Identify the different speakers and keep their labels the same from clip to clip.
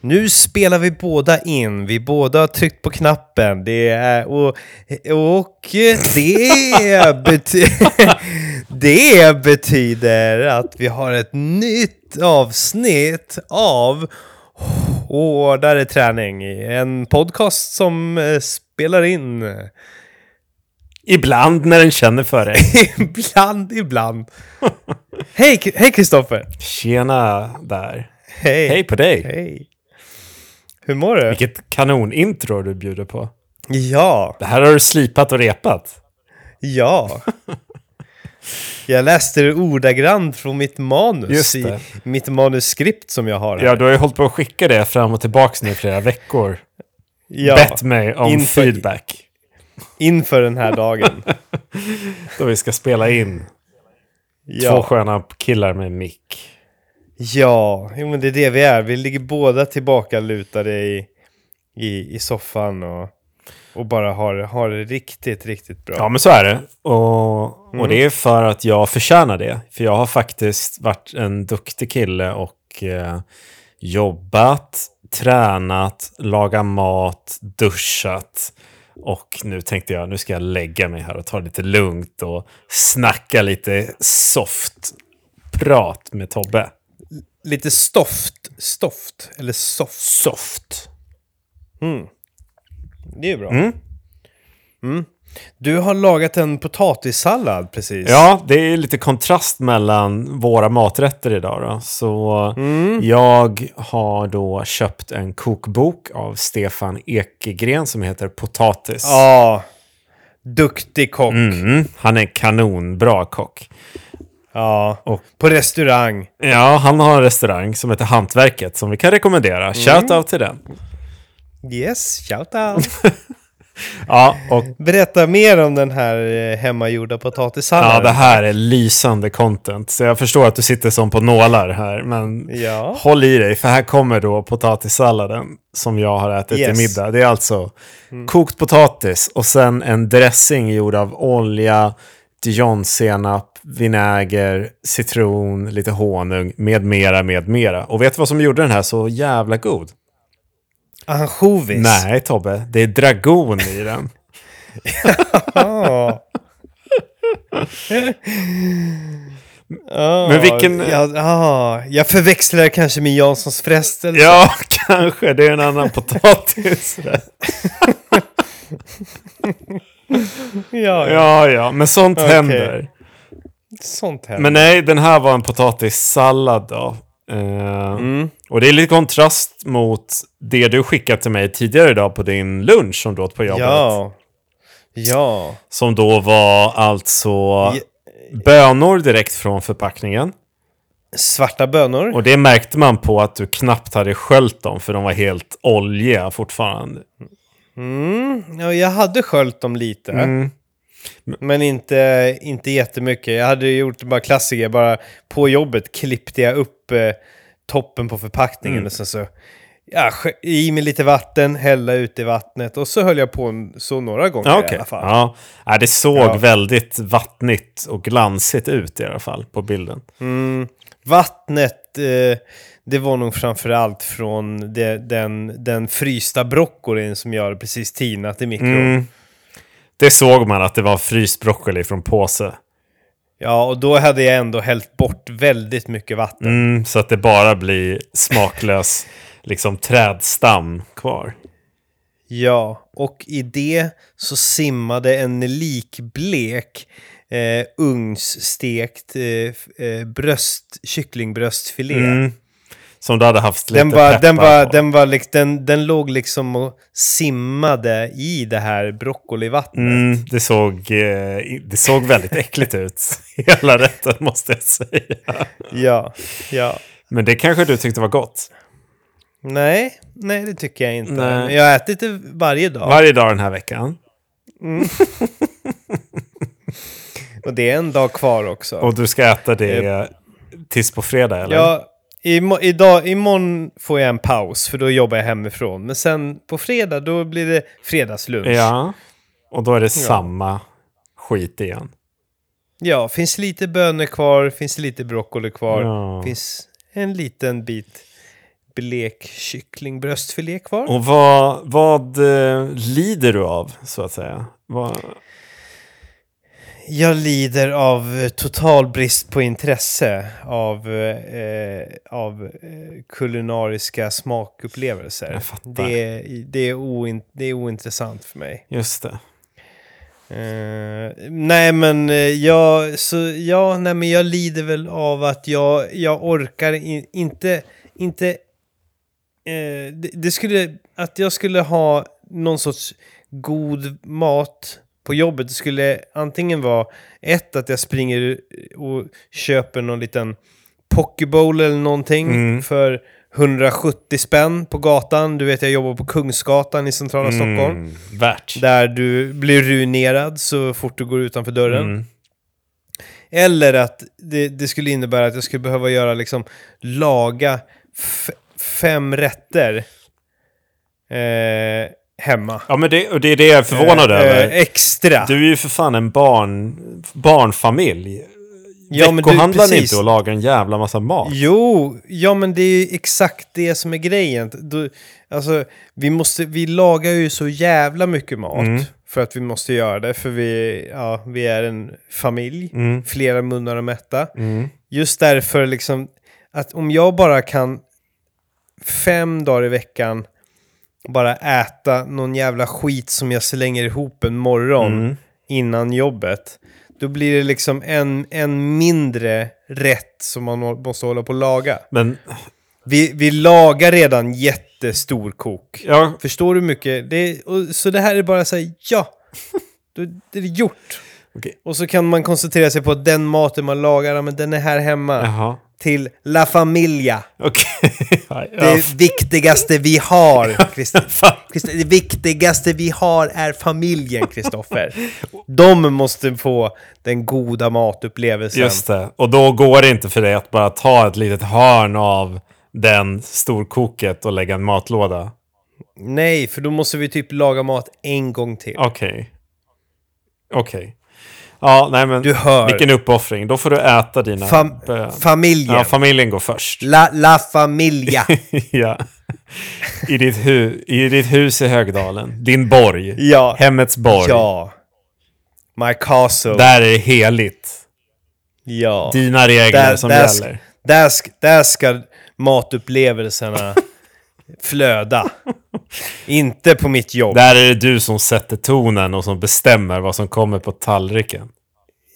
Speaker 1: Nu spelar vi båda in, vi båda har tryckt på knappen. Det är, och, och det, bety det betyder att vi har ett nytt avsnitt av Hårdare träning. En podcast som eh, spelar in
Speaker 2: Ibland när den känner för det.
Speaker 1: ibland, ibland. Hej K- hej Kristoffer!
Speaker 2: Tjena där.
Speaker 1: Hej!
Speaker 2: Hej på dig.
Speaker 1: Hej! Hur mår du?
Speaker 2: Vilket kanonintro du bjuder på.
Speaker 1: Ja,
Speaker 2: Det här har du slipat och repat.
Speaker 1: ja. Jag läste det ordagrant från mitt manus,
Speaker 2: Just
Speaker 1: i
Speaker 2: det.
Speaker 1: mitt manuskript som jag har här.
Speaker 2: Ja, du har ju hållit på att skicka det fram och tillbaka nu i flera veckor.
Speaker 1: Ja,
Speaker 2: Bett mig om
Speaker 1: Inför-
Speaker 2: feedback.
Speaker 1: inför den här dagen.
Speaker 2: Då vi ska spela in två
Speaker 1: Ja,
Speaker 2: sköna killar med mick.
Speaker 1: ja. Jo, men det är det vi är. Vi ligger båda tillbaka lutade i, i, i soffan och, och bara har, har det riktigt, riktigt bra.
Speaker 2: Ja, men så är det. Och, och det är för att jag förtjänar det. För jag har faktiskt varit en duktig kille och eh, jobbat, tränat, lagat mat, duschat. Och nu tänkte jag, nu ska jag lägga mig här och ta det lite lugnt och snacka lite soft prat med Tobbe.
Speaker 1: Lite stoft, stoft, eller soft.
Speaker 2: Soft.
Speaker 1: Det är bra. Mm. Du har lagat en potatissallad precis.
Speaker 2: Ja, det är lite kontrast mellan våra maträtter idag. Då. Så
Speaker 1: Mm.
Speaker 2: jag har då köpt en kokbok av Stefan Ekegren som heter Potatis.
Speaker 1: Ja. Duktig kock.
Speaker 2: Mm, han är en kanonbra kock.
Speaker 1: Ja.
Speaker 2: Och-
Speaker 1: På restaurang.
Speaker 2: Ja, han har en restaurang som heter Hantverket som vi kan
Speaker 1: Mm.
Speaker 2: rekommendera. Shout out till den.
Speaker 1: Yes, shout out.
Speaker 2: Ja, och
Speaker 1: Berätta mer om den här eh, hemmagjorda
Speaker 2: ja,
Speaker 1: potatissalladen.
Speaker 2: det här är lysande content. Så jag förstår att du sitter som på nålar här. Men
Speaker 1: Ja.
Speaker 2: Håll i dig, för här kommer då potatissalladen som jag har ätit
Speaker 1: Yes. Mm.
Speaker 2: till middag. Det är alltså kokt potatis och sen en dressing gjord av olja, dijonsenap, vinäger, citron, lite honung med mera, med mera. Och vet du vad som gjorde den här så jävla god?
Speaker 1: Ansjovis.
Speaker 2: Nej, Tobbe, det är dragon i den.
Speaker 1: Ja. Ja,
Speaker 2: Men vilken-
Speaker 1: Ja, ja, jag förväxlar kanske med Janssons frestelse.
Speaker 2: ja, kanske. Det är en annan potatis.
Speaker 1: ja, ja.
Speaker 2: ja, ja, men sånt
Speaker 1: Okej.
Speaker 2: händer.
Speaker 1: Sånt händer.
Speaker 2: Men nej, den här var en potatissallad då. Eh,
Speaker 1: Mm.
Speaker 2: Och det är lite kontrast mot det du skickat till mig tidigare idag på din lunch som du åt på jobbet.
Speaker 1: Ja. Ja.
Speaker 2: Som då var alltså
Speaker 1: Je-
Speaker 2: bönor direkt från förpackningen.
Speaker 1: Svarta bönor.
Speaker 2: Och det märkte man på att du knappt hade sköljt dem för de var helt oljiga fortfarande.
Speaker 1: Mm, ja, jag hade sköljt dem lite.
Speaker 2: Mm.
Speaker 1: Men inte, inte jättemycket. Jag hade ju gjort bara klassiker. Bara på jobbet klippte jag upp eh, toppen på förpackningen
Speaker 2: Mm.
Speaker 1: och sen så ja, skö- i med lite vatten, hälla ut i vattnet och så höll jag på en- så några gånger
Speaker 2: Ja,
Speaker 1: i
Speaker 2: okej.
Speaker 1: alla fall.
Speaker 2: Ja. Ja, det såg
Speaker 1: Ja.
Speaker 2: väldigt vattnigt och glansigt ut i alla fall på bilden.
Speaker 1: Mm, vattnet, eh, det var nog framförallt från det, den, den frysta broccolin som jag hade precis tinat i mikron.
Speaker 2: Mm. Det såg man att det var fryst broccoli från påse.
Speaker 1: Ja, och då hade jag ändå hällt bort väldigt mycket vatten.
Speaker 2: Mm, så att det bara blir smaklös liksom trädstam kvar.
Speaker 1: Ja, och i det så simmade en likblek eh, ugnsstekt eh, f- eh, bröst, kycklingbröstfilé.
Speaker 2: Mm. Som du hade haft lite
Speaker 1: Den, var, den,
Speaker 2: peppar
Speaker 1: var,
Speaker 2: på.
Speaker 1: den, var lik, den, den låg liksom och simmade i det här broccolivattnet.
Speaker 2: Mm, det, såg, eh, i- det såg väldigt äckligt ut, hela rätten måste jag säga.
Speaker 1: Ja, ja.
Speaker 2: Men det kanske du tyckte var gott.
Speaker 1: Nej, nej det tycker jag inte.
Speaker 2: Nej.
Speaker 1: Jag har ätit det varje dag.
Speaker 2: Varje dag den här veckan.
Speaker 1: Mm. Och det är en dag kvar också.
Speaker 2: Och du ska äta det tills på fredag, eller?
Speaker 1: Eh. Ja, imo- idag, imorgon får jag en paus för då jobbar jag hemifrån. Men sen på fredag då blir det fredagslunch.
Speaker 2: Ja. Och då är det samma skit igen.
Speaker 1: Ja, finns lite bönor kvar, finns lite broccoli kvar,
Speaker 2: Ja.
Speaker 1: finns en liten bit blek kycklingbröstfilé kvar.
Speaker 2: Och vad, vad eh, lider du av, så att säga? Vad,
Speaker 1: Jag lider av eh, total brist på intresse av, eh, av eh, kulinariska smakupplevelser.
Speaker 2: Jag fattar.
Speaker 1: Det, är- det, är oin, det är ointressant för mig.
Speaker 2: just det.
Speaker 1: Eh, nej men eh, jag, så, ja, nej, men jag lider väl av att jag, jag orkar i- inte, inte eh, det, det skulle, att jag skulle ha någon sorts god mat på jobbet. Det skulle antingen vara ett, att jag springer och köper någon liten pokebowl eller någonting
Speaker 2: Mm.
Speaker 1: för 170 spänn på gatan. Du vet, jag jobbar på Kungsgatan i centrala
Speaker 2: Mm.
Speaker 1: Stockholm.
Speaker 2: Värt.
Speaker 1: Där du blir ruinerad så fort du går utanför dörren.
Speaker 2: Mm.
Speaker 1: Eller att det, det skulle innebära att jag skulle behöva göra liksom laga f- fem rätter eh, hemma.
Speaker 2: Ja, men det, och det är det jag är förvånad
Speaker 1: Eh,
Speaker 2: över.
Speaker 1: eh, extra.
Speaker 2: Du är ju för fan en barn, barnfamilj.
Speaker 1: Ja, men du-
Speaker 2: Veckohandlar ni
Speaker 1: precis.
Speaker 2: inte och lagar en jävla massa mat?
Speaker 1: Jo, ja men det är ju exakt det som är grejen. Du, alltså, vi, måste, vi lagar ju så jävla mycket mat
Speaker 2: Mm.
Speaker 1: för att vi måste göra det. För vi, ja, vi är en familj,
Speaker 2: Mm.
Speaker 1: flera munnar att mätta.
Speaker 2: Mm.
Speaker 1: Just därför liksom att om jag bara kan fem dagar i veckan bara äta någon jävla skit som jag slänger ihop en morgon
Speaker 2: Mm.
Speaker 1: innan jobbet. Då blir det liksom en, en mindre rätt som man må- måste hålla på och laga.
Speaker 2: Men,
Speaker 1: Vi, vi lagar redan jättestor kok.
Speaker 2: ja,
Speaker 1: Förstår du hur mycket? Det är, och, så det här är bara så här, ja, då är det gjort.
Speaker 2: okej.
Speaker 1: Och så kan man koncentrera sig på att den maten man lagar, ja, men den är här hemma
Speaker 2: Jaha.
Speaker 1: till La Familia.
Speaker 2: Okej. Ja,
Speaker 1: Det
Speaker 2: jag
Speaker 1: viktigaste vi har, Christer.
Speaker 2: fattar.
Speaker 1: Christer, Det viktigaste vi har är familjen, Kristoffer. De måste få den goda matupplevelsen.
Speaker 2: Just det. Och då går det inte för dig att bara ta ett litet hörn av den storkoket och lägga en matlåda?
Speaker 1: Nej, för då måste vi typ laga mat en gång till.
Speaker 2: Okej. Okej. Ja, nej men.
Speaker 1: Du hör.
Speaker 2: Vilken uppoffring. Då får du äta dina...
Speaker 1: Fam-
Speaker 2: bön.
Speaker 1: familjen. Mm.
Speaker 2: ja, familjen går först.
Speaker 1: la, la Familia.
Speaker 2: ja. I ditt, hu- I ditt hus i Högdalen. Din borg.
Speaker 1: ja.
Speaker 2: Hemmets borg.
Speaker 1: Ja. My castle.
Speaker 2: Där är det heligt.
Speaker 1: ja.
Speaker 2: Dina regler
Speaker 1: Där,
Speaker 2: som
Speaker 1: där,
Speaker 2: gäller.
Speaker 1: sk- där, sk- där ska matupplevelserna flöda. Inte på mitt jobb.
Speaker 2: Där är det du som sätter tonen och som bestämmer vad som kommer på tallriken.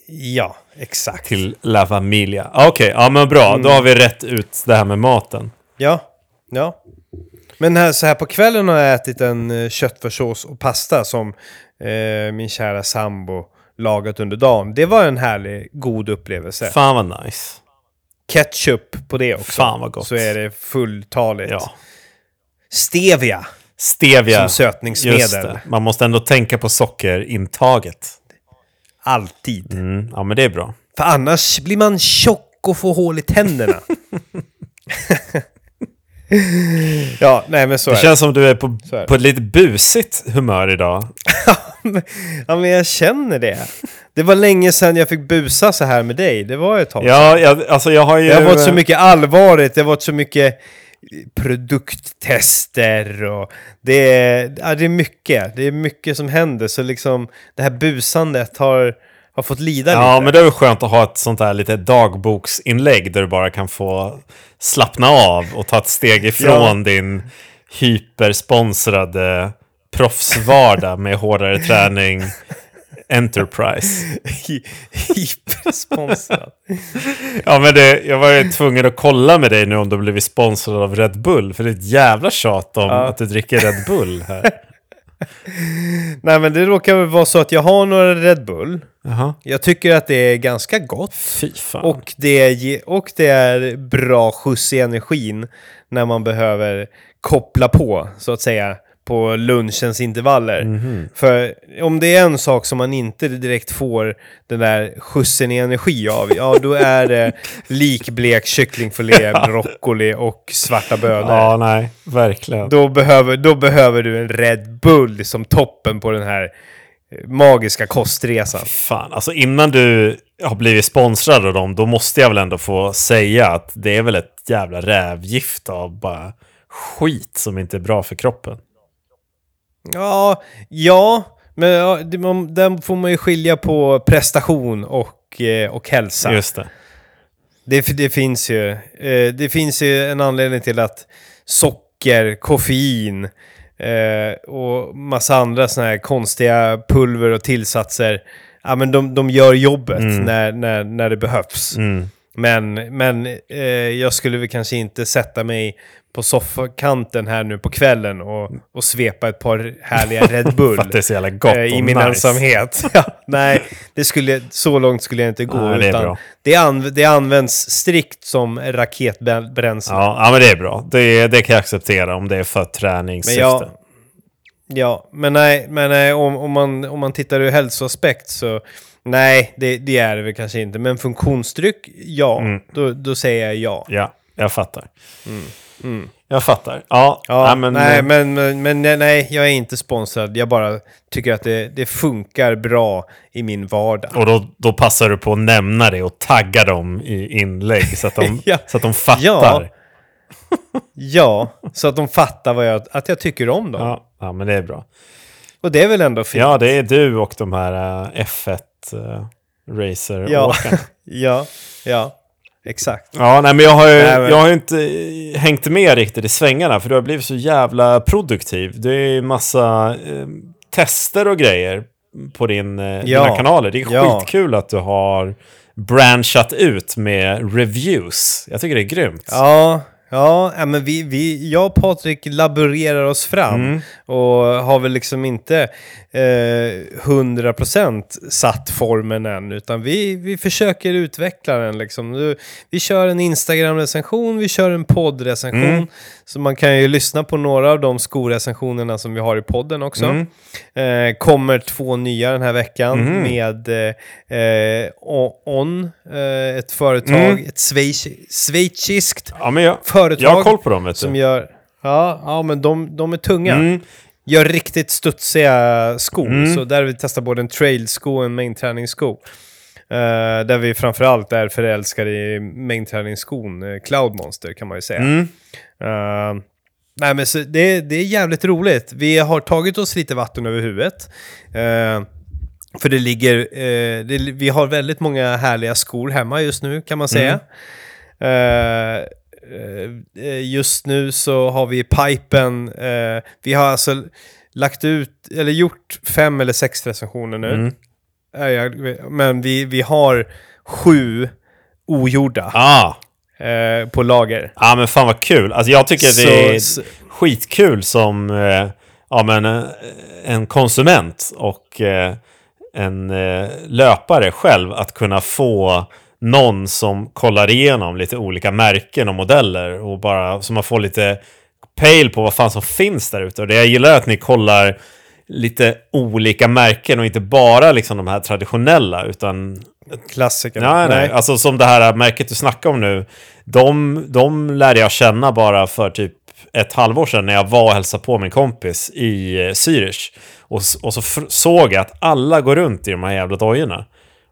Speaker 1: Ja, exakt.
Speaker 2: Till La Familia. Okej, ja men bra.
Speaker 1: Mm.
Speaker 2: Då har vi rätt ut det här med maten.
Speaker 1: Ja, ja. Men här, så här på kvällen har jag ätit en eh, köttfärssås och pasta som eh, min kära sambo lagat under dagen. Det var en härlig, god upplevelse.
Speaker 2: Fan vad nice.
Speaker 1: Ketchup på det också.
Speaker 2: Fan vad gott.
Speaker 1: Så är det fulltaligt.
Speaker 2: Ja.
Speaker 1: Stevia
Speaker 2: Stevia.
Speaker 1: som sötningsmedel.
Speaker 2: det. Man måste ändå tänka på sockerintaget.
Speaker 1: Alltid.
Speaker 2: Mm, ja men det är bra.
Speaker 1: För annars blir man tjock och får hål i tänderna. ja, nej men så
Speaker 2: Det
Speaker 1: är det.
Speaker 2: känns som du är på,
Speaker 1: Så är det.
Speaker 2: på ett lite busigt humör idag.
Speaker 1: Ja, men jag känner det. Det var länge sedan jag fick busa så här med dig. Det var ett tag.
Speaker 2: Ja, jag, alltså jag har ju...
Speaker 1: Det har varit så mycket allvarligt, det har varit så mycket eh, produkttester och det är, ja, det är mycket. Det är mycket som händer, så liksom det här busandet har, har fått lida
Speaker 2: Ja,
Speaker 1: lite.
Speaker 2: men det är väl skönt att ha ett sånt här lite dagboksinlägg där du bara kan få slappna av och ta ett steg ifrån din hypersponsrade proffsvardag med hårdare träning, Enterprise.
Speaker 1: Hy- Hypersponsrat.
Speaker 2: Ja, men det, jag var ju tvungen att kolla med dig nu om du blivit sponsrad av Red Bull, för det är ett jävla tjat om att du dricker Red Bull här.
Speaker 1: Nej, men det råkar väl vara så att jag har några Red Bull.
Speaker 2: Jaha.
Speaker 1: Jag tycker att det är ganska gott.
Speaker 2: Fy fan.
Speaker 1: Och det, ge- och det är bra skjuts i energin när man behöver koppla på, så att säga, på lunchens intervaller. För om det är en sak som man inte direkt får den där skjutsen i energi av, ja då är det likblek kycklingfilé, broccoli och svarta bönor.
Speaker 2: ja, nej, verkligen.
Speaker 1: Då, behöver, då behöver du en Red Bull som toppen på den här eh, magiska kostresan.
Speaker 2: Fan, alltså innan du har blivit sponsrad av dem, då måste jag väl ändå få säga att det är väl ett jävla rävgift av bara skit som inte är bra för kroppen.
Speaker 1: Ja, ja men ja, det- man- den får man ju skilja på prestation och, eh, och hälsa.
Speaker 2: Just det.
Speaker 1: Det, det finns ju. Eh, det finns ju en anledning till att socker, koffein eh, och massa andra såna här konstiga pulver och tillsatser, ja men de, de gör jobbet när, när, när det behövs.
Speaker 2: Mm.
Speaker 1: Men, men eh, jag skulle väl kanske inte sätta mig på soffakanten här nu på kvällen och, och svepa ett par härliga Red
Speaker 2: För att
Speaker 1: Bull.
Speaker 2: det är så jävla gott
Speaker 1: eh, I
Speaker 2: och
Speaker 1: min
Speaker 2: nice.
Speaker 1: ensamhet. Ja, nej, det skulle, så långt skulle jag inte gå.
Speaker 2: Nej, det är
Speaker 1: utan
Speaker 2: bra.
Speaker 1: det, anv- det används strikt som raketbränsle.
Speaker 2: Ja, ja, men det är bra. Det, det kan jag acceptera om det är för träningssyfte.
Speaker 1: Men jag- Ja, men nej, men nej om, om, man, om man tittar ur hälsoaspekt så nej, det, det är det väl kanske inte. Men funktionsdryck, ja.
Speaker 2: Mm.
Speaker 1: Då, då säger jag ja.
Speaker 2: Ja, jag fattar. Jag fattar. Ja,
Speaker 1: Mm. Ja,
Speaker 2: nej, men,
Speaker 1: nej, men, eh, men, men nej, nej, jag är inte sponsrad. Jag bara tycker att det, det funkar bra i min vardag.
Speaker 2: Och då, då passar du på att nämna det och tagga dem i inlägg så att de,
Speaker 1: Ja.
Speaker 2: så att de fattar.
Speaker 1: Ja. Ja, så att de fattar vad jag, att jag tycker om dem.
Speaker 2: Ja, ja, men det är bra.
Speaker 1: Och det är väl ändå fint?
Speaker 2: Ja, det är du och de här eh, F1 uh, racer
Speaker 1: ja,
Speaker 2: ja.
Speaker 1: ja, ja, exakt.
Speaker 2: ja, nej men jag har ju
Speaker 1: Nej, men-
Speaker 2: jag har ju inte eh, hängt med riktigt i svängarna för du har blivit så jävla produktiv. Det är ju massa eh, tester och grejer på din, eh, dina kanaler. Det är
Speaker 1: Ja.
Speaker 2: skitkul att du har branchat ut med reviews. Jag tycker det är grymt.
Speaker 1: Ja, ja, ja, men vi, vi, jag och Patrik laborerar oss fram och har väl liksom inte eh, 100% satt formen än, utan vi, vi försöker utveckla den liksom. Nu- Vi kör en Instagram-recension, vi kör en poddrecension, så man kan ju lyssna på några av de skorecensionerna som vi har i podden också. Eh, kommer två nya den här veckan med eh, eh, O- On, eh, ett företag, ett schweiz- schweiziskt
Speaker 2: Ja, men jag,
Speaker 1: företag
Speaker 2: Mm. jag har koll på dem, vet du.
Speaker 1: som gör... Ja, ja men de, de är tunga.
Speaker 2: Mm.
Speaker 1: Gör riktigt studsiga skor. Så där vi testar både en trailsko och en mainträningssko. Eh, där vi framförallt är förälskade i mainträningsskon, uh, Cloud Monster kan man ju säga.
Speaker 2: Mm.
Speaker 1: Eh, nej men så det, det är jävligt roligt. Vi har tagit oss lite vatten över huvudet. Eh, för det ligger, eh, det, vi har väldigt många härliga skor hemma just nu kan man säga.
Speaker 2: Mm.
Speaker 1: Eh, eh, just nu så har vi pipen, eh, vi har alltså lagt ut, eller gjort fem eller sex recensioner nu.
Speaker 2: Mm.
Speaker 1: Eh, jag- Men vi, vi har sju ogjorda
Speaker 2: Ah,
Speaker 1: eh, på lager.
Speaker 2: ja, men fan vad kul. Alltså, jag tycker det är
Speaker 1: Så-
Speaker 2: skitkul som eh, ja, men, eh, en konsument och eh, en eh, löpare själv att kunna få någon som kollar igenom lite olika märken och modeller och bara så man får lite pejl på vad fan som finns där ute. Och det jag gillar är att ni kollar lite olika märken och inte bara liksom de här traditionella utan
Speaker 1: Klassiker.
Speaker 2: Nej, nej. Alltså som det här märket du snackar om nu. De, de lärde jag känna bara för typ ett halvår sedan när jag var och hälsade på min kompis i eh, Zürich. Och, s- och så fr- såg jag att alla går runt i de här jävla dojorna.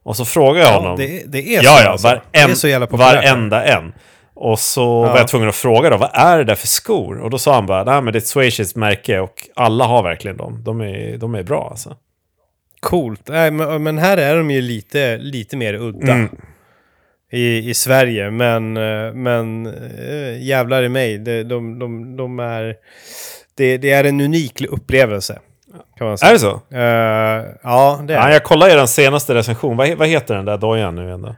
Speaker 2: Och så frågade jag honom.
Speaker 1: Det, det är
Speaker 2: ja,
Speaker 1: så
Speaker 2: ja,
Speaker 1: alltså.
Speaker 2: varen,
Speaker 1: Det är så jävla populärt.
Speaker 2: varenda en. Och så var jag tvungen att fråga då, vad är det där för skor? Och då sa han bara, nej men det är ett Swedish märke och alla har verkligen dem. De är, de är bra alltså.
Speaker 1: Coolt. Nej, men, men här är de ju lite, lite mer udda.
Speaker 2: Mm.
Speaker 1: I, I Sverige, men, eh, men äh, jävlar i mig, det, de, de, de är, det, det är en unik upplevelse. Kan man säga.
Speaker 2: Är det så?
Speaker 1: Eh, ja, det
Speaker 2: Ja,
Speaker 1: är
Speaker 2: jag kollade i den senaste recension. Vad, he- vad heter den där dojan nu igen då?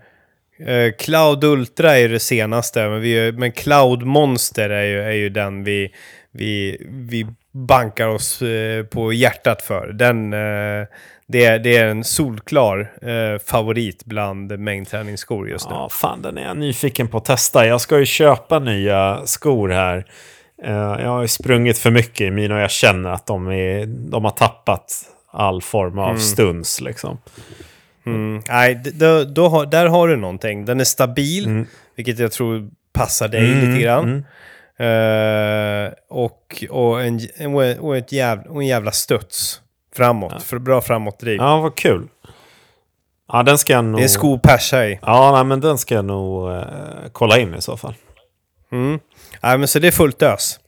Speaker 1: uh, Cloud Ultra är det senaste, men, vi, men Cloud Monster är ju, är ju den vi, vi, vi bankar oss eh, på hjärtat för. Den, eh, det, är- det är en solklar eh, favorit bland mängdträningsskor just nu.
Speaker 2: Ja, fan den är jag nyfiken på att testa. Jag ska ju köpa nya skor här. Eh, jag har ju sprungit för mycket i mina och jag känner att de, är, de har tappat all form av stuns liksom.
Speaker 1: Mm. Nej, d- då, då har, där har du någonting. Den är stabil, vilket jag tror passar dig
Speaker 2: Mm,
Speaker 1: lite grann. Eh, och, och, en, en- och, ett jävla, och en jävla studs framåt. För bra framåtdriv.
Speaker 2: Ja, vad kul. Ja, den ska jag nog...
Speaker 1: Det är sko att persa i.
Speaker 2: Ja, nej, men den ska jag nog eh, kolla in i så fall.
Speaker 1: Mm. Nej, men så det är fullt ös.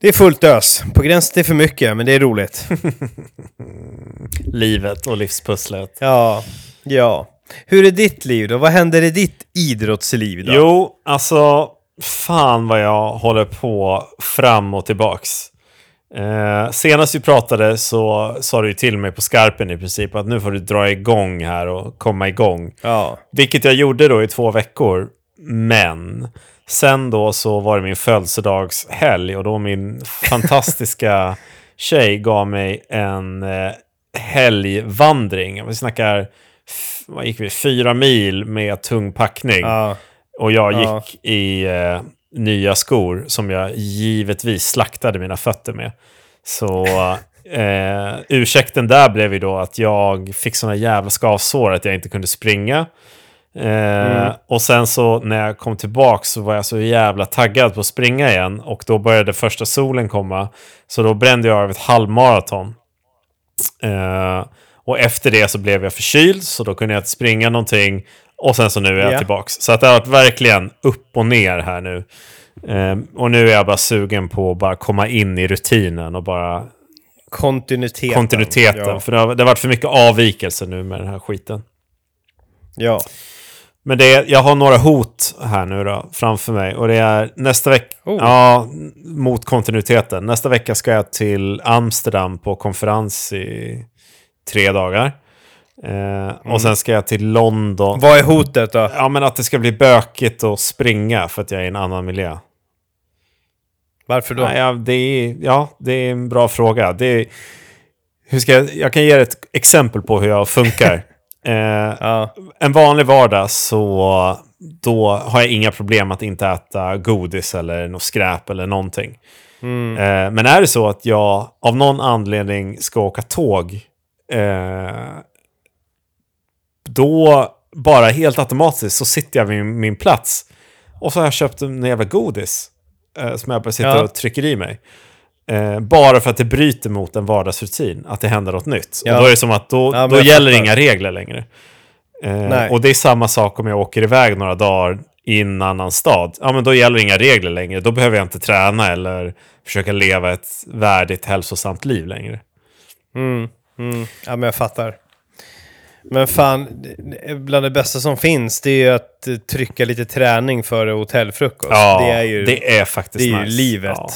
Speaker 1: Det är fullt ös. På gränsen till för mycket, men det är roligt.
Speaker 2: Livet och livspusslet.
Speaker 1: Ja, ja. Hur är ditt liv då? Vad händer i ditt idrottsliv då?
Speaker 2: Jo, alltså fan vad jag håller på fram och tillbaks. Eh, senast vi pratade så sa du ju till mig på skarpen i princip att nu får du dra igång här och komma igång.
Speaker 1: Ja.
Speaker 2: Vilket jag gjorde då i två veckor. Men sen då så var det min födelsedagshelg och då min fantastiska tjej gav mig en eh, helgvandring. Vi snackar, f- vad gick vi, fyra mil med tung packning.
Speaker 1: ja.
Speaker 2: Och jag gick
Speaker 1: Ja.
Speaker 2: i eh, nya skor som jag givetvis slaktade mina fötter med. Så eh, ursäkten där blev ju då att jag fick såna jävla skavsår att jag inte kunde springa. Eh,
Speaker 1: Mm.
Speaker 2: Och sen så när jag kom tillbaka så var jag så jävla taggad på att springa igen. Och då började första solen komma. Så då brände jag av ett halvmaraton. Eh, och efter det så blev jag förkyld, så då kunde jag inte springa någonting. Och sen så nu är jag
Speaker 1: Ja.
Speaker 2: tillbaks. Så att det har varit verkligen upp och ner här nu. Eh, och nu är jag bara sugen på att bara komma in i rutinen och bara
Speaker 1: Kontinuiteten.
Speaker 2: kontinuiteten.
Speaker 1: Ja.
Speaker 2: För det har, det har varit för mycket avvikelser nu med den här skiten.
Speaker 1: ja.
Speaker 2: Men det är, jag har några hot här nu då framför mig. Och det är nästa vecka,
Speaker 1: Oh.
Speaker 2: ja, mot kontinuiteten. Nästa vecka ska jag till Amsterdam på konferens i tre dagar. Eh,
Speaker 1: Mm.
Speaker 2: Och sen ska jag till London.
Speaker 1: Vad är hotet då?
Speaker 2: Ja, men att det ska bli bökigt att springa för att jag är i en annan miljö.
Speaker 1: Varför då?
Speaker 2: Nej, ja, det är, ja, det är en bra fråga. Det är, hur ska jag, jag kan ge er ett exempel på hur jag funkar. eh,
Speaker 1: Ja.
Speaker 2: en vanlig vardag så då har jag inga problem att inte äta godis eller något skräp eller någonting.
Speaker 1: Mm.
Speaker 2: Eh, men är det så att jag av någon anledning ska åka tåg, eh, då bara helt automatiskt så sitter jag vid min plats och så har jag köpt en jävla godis eh, som jag bara sitter
Speaker 1: Ja.
Speaker 2: och trycker i mig. Eh, bara för att det bryter mot en vardagsrutin, att det händer något nytt.
Speaker 1: Ja.
Speaker 2: Och då är det som att då,
Speaker 1: Ja, men
Speaker 2: då
Speaker 1: jag
Speaker 2: gäller
Speaker 1: fattar.
Speaker 2: inga regler längre.
Speaker 1: Nej.
Speaker 2: Eh, och det är samma sak om jag åker iväg några dagar i en annan stad. Ja, men då gäller inga regler längre. Då behöver jag inte träna eller försöka leva ett värdigt, hälsosamt liv längre.
Speaker 1: Mm. Mm. Ja, men jag fattar. Men fan, det- bland det bästa som finns det är ju att eh, trycka lite träning före hotellfrukost.
Speaker 2: Ja,
Speaker 1: det är ju, det,
Speaker 2: det är faktiskt
Speaker 1: är ju
Speaker 2: nice.
Speaker 1: livet.
Speaker 2: Ja.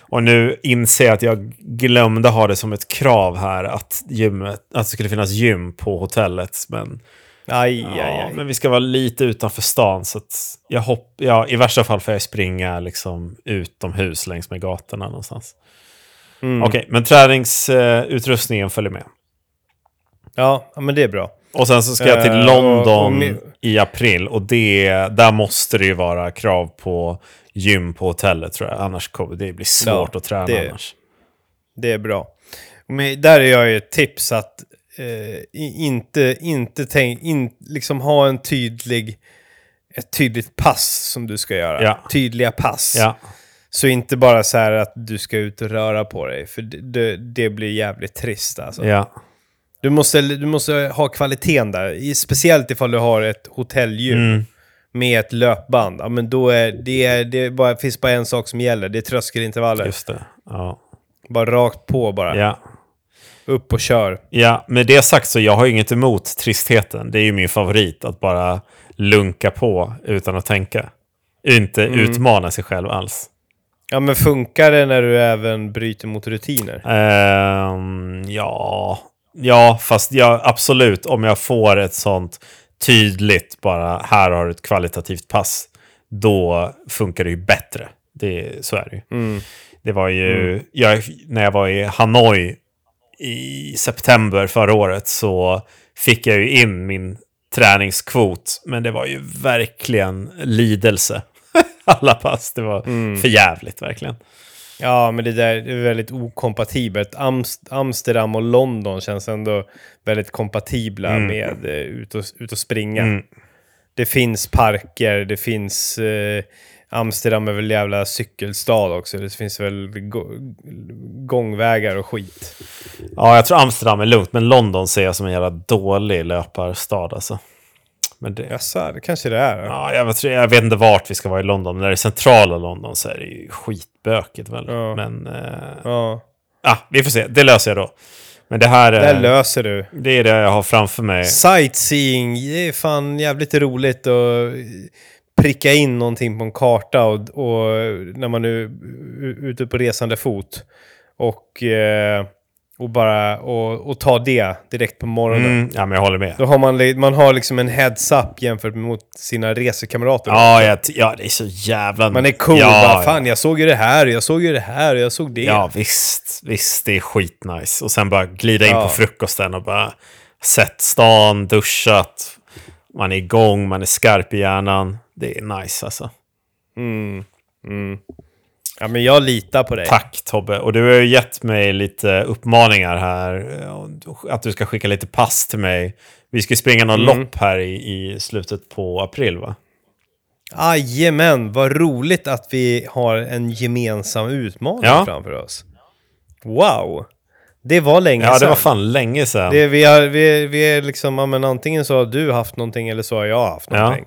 Speaker 2: Och nu inser jag att jag glömde ha det som ett krav här att, gymmet, att det skulle finnas gym på hotellet. Men,
Speaker 1: Aj,
Speaker 2: ja,
Speaker 1: aj, aj.
Speaker 2: men vi ska vara lite utanför stan. Så att jag hopp, ja, I värsta fall får jag springa liksom utomhus längs med gatorna någonstans.
Speaker 1: Mm.
Speaker 2: Okej, men träningsutrustningen följer med.
Speaker 1: Ja, men det är bra.
Speaker 2: Och sen så ska jag till
Speaker 1: Eh, och- och
Speaker 2: London
Speaker 1: mi-
Speaker 2: i april. Och det, där måste det ju vara krav på gym på hotellet tror jag. Annars kommer det bli svårt
Speaker 1: Ja,
Speaker 2: att träna
Speaker 1: det-
Speaker 2: annars.
Speaker 1: Det är bra. Men där är jag ju ett tips att eh, i- inte, inte tänk, in, liksom ha en tydlig, ett tydligt pass som du ska göra.
Speaker 2: Ja.
Speaker 1: Tydliga pass.
Speaker 2: Ja,
Speaker 1: Så inte bara så här att du ska ut och röra på dig, för det, det, det blir jävligt trist alltså.
Speaker 2: ja.
Speaker 1: Du, måste, du måste ha kvaliteten där, i, speciellt ifall du har ett hotellgym
Speaker 2: Mm.
Speaker 1: med ett löpband. Ja, men då är det, är, det är bara, finns bara en sak som gäller, det är tröskelintervaller.
Speaker 2: Just det. Ja.
Speaker 1: Bara rakt på bara,
Speaker 2: Ja.
Speaker 1: upp och kör.
Speaker 2: ja, med det sagt så jag har ju inget emot tristheten. Det är ju min favorit, att bara lunka på utan att tänka. Inte utmana sig själv alls.
Speaker 1: Ja, men funkar det när du även bryter mot rutiner?
Speaker 2: Ehm, ja. ja, fast ja, absolut. Om jag får ett sånt tydligt bara här har du ett kvalitativt pass, då funkar det ju bättre. Det, så är det ju.
Speaker 1: Mm,
Speaker 2: Det var ju, jag, när jag var i Hanoi i september förra året så fick jag ju in min träningskvot, men det var ju verkligen lidelse. Alla pass, det var för jävligt verkligen.
Speaker 1: mm. Ja, men det där är väldigt okompatibelt. Amst- Amsterdam och London känns ändå väldigt kompatibla
Speaker 2: Mm.
Speaker 1: med eh, ut, och, ut och springa. Det finns parker, det finns... Eh, Amsterdam är väl jävla cykelstad också. Det finns väl gå- gångvägar och skit.
Speaker 2: Ja, jag tror Amsterdam är lugnt, men London ser jag som en jävla dålig löparstad alltså. Men det,
Speaker 1: Jaså, det kanske det är. Ja.
Speaker 2: ja, jag, vet, jag vet inte vart vi ska vara i London. När det är centrala London så är det ju skitbökigt väl.
Speaker 1: Ja.
Speaker 2: Men eh, ah, vi får se, det löser jag då. Men det här eh,
Speaker 1: Det här
Speaker 2: är,
Speaker 1: löser du.
Speaker 2: det är det jag har framför mig.
Speaker 1: Sightseeing, det är fan jävligt roligt att pricka in någonting på en karta och, och när man nu är ute på resande fot. Och, eh, och bara och, och ta det direkt på morgonen.
Speaker 2: Mm, ja, men jag håller med.
Speaker 1: Då har man, li- man har liksom en heads-up jämfört mot sina resekamrater.
Speaker 2: Ja, jag, ty- ja, det är så jävla...
Speaker 1: Man är cool.
Speaker 2: ja,
Speaker 1: bara, fan, jag såg ju det här, jag såg ju det här, jag såg det.
Speaker 2: Ja, visst. Visst, det är skitnice. Och sen bara glida in
Speaker 1: Ja.
Speaker 2: på frukosten och bara sett stan, duschat. Man är igång, man är skarp i hjärnan. Det är nice alltså.
Speaker 1: Mm. Mm. ja, men jag litar på dig.
Speaker 2: Tack Tobbe. Och du har ju gett mig lite uppmaningar här. eh, Att du ska skicka lite pass till mig. Vi ska ju springa någon
Speaker 1: Mm.
Speaker 2: lopp här i, i slutet på april va?
Speaker 1: Jajamän, vad roligt att vi har en gemensam utmaning
Speaker 2: Ja.
Speaker 1: framför oss. Wow! Det var länge
Speaker 2: Ja, det
Speaker 1: sedan.
Speaker 2: var fan länge sedan.
Speaker 1: Det, vi, har, vi, vi är liksom, ja, men antingen så har du haft någonting eller så har jag haft
Speaker 2: Ja.
Speaker 1: någonting.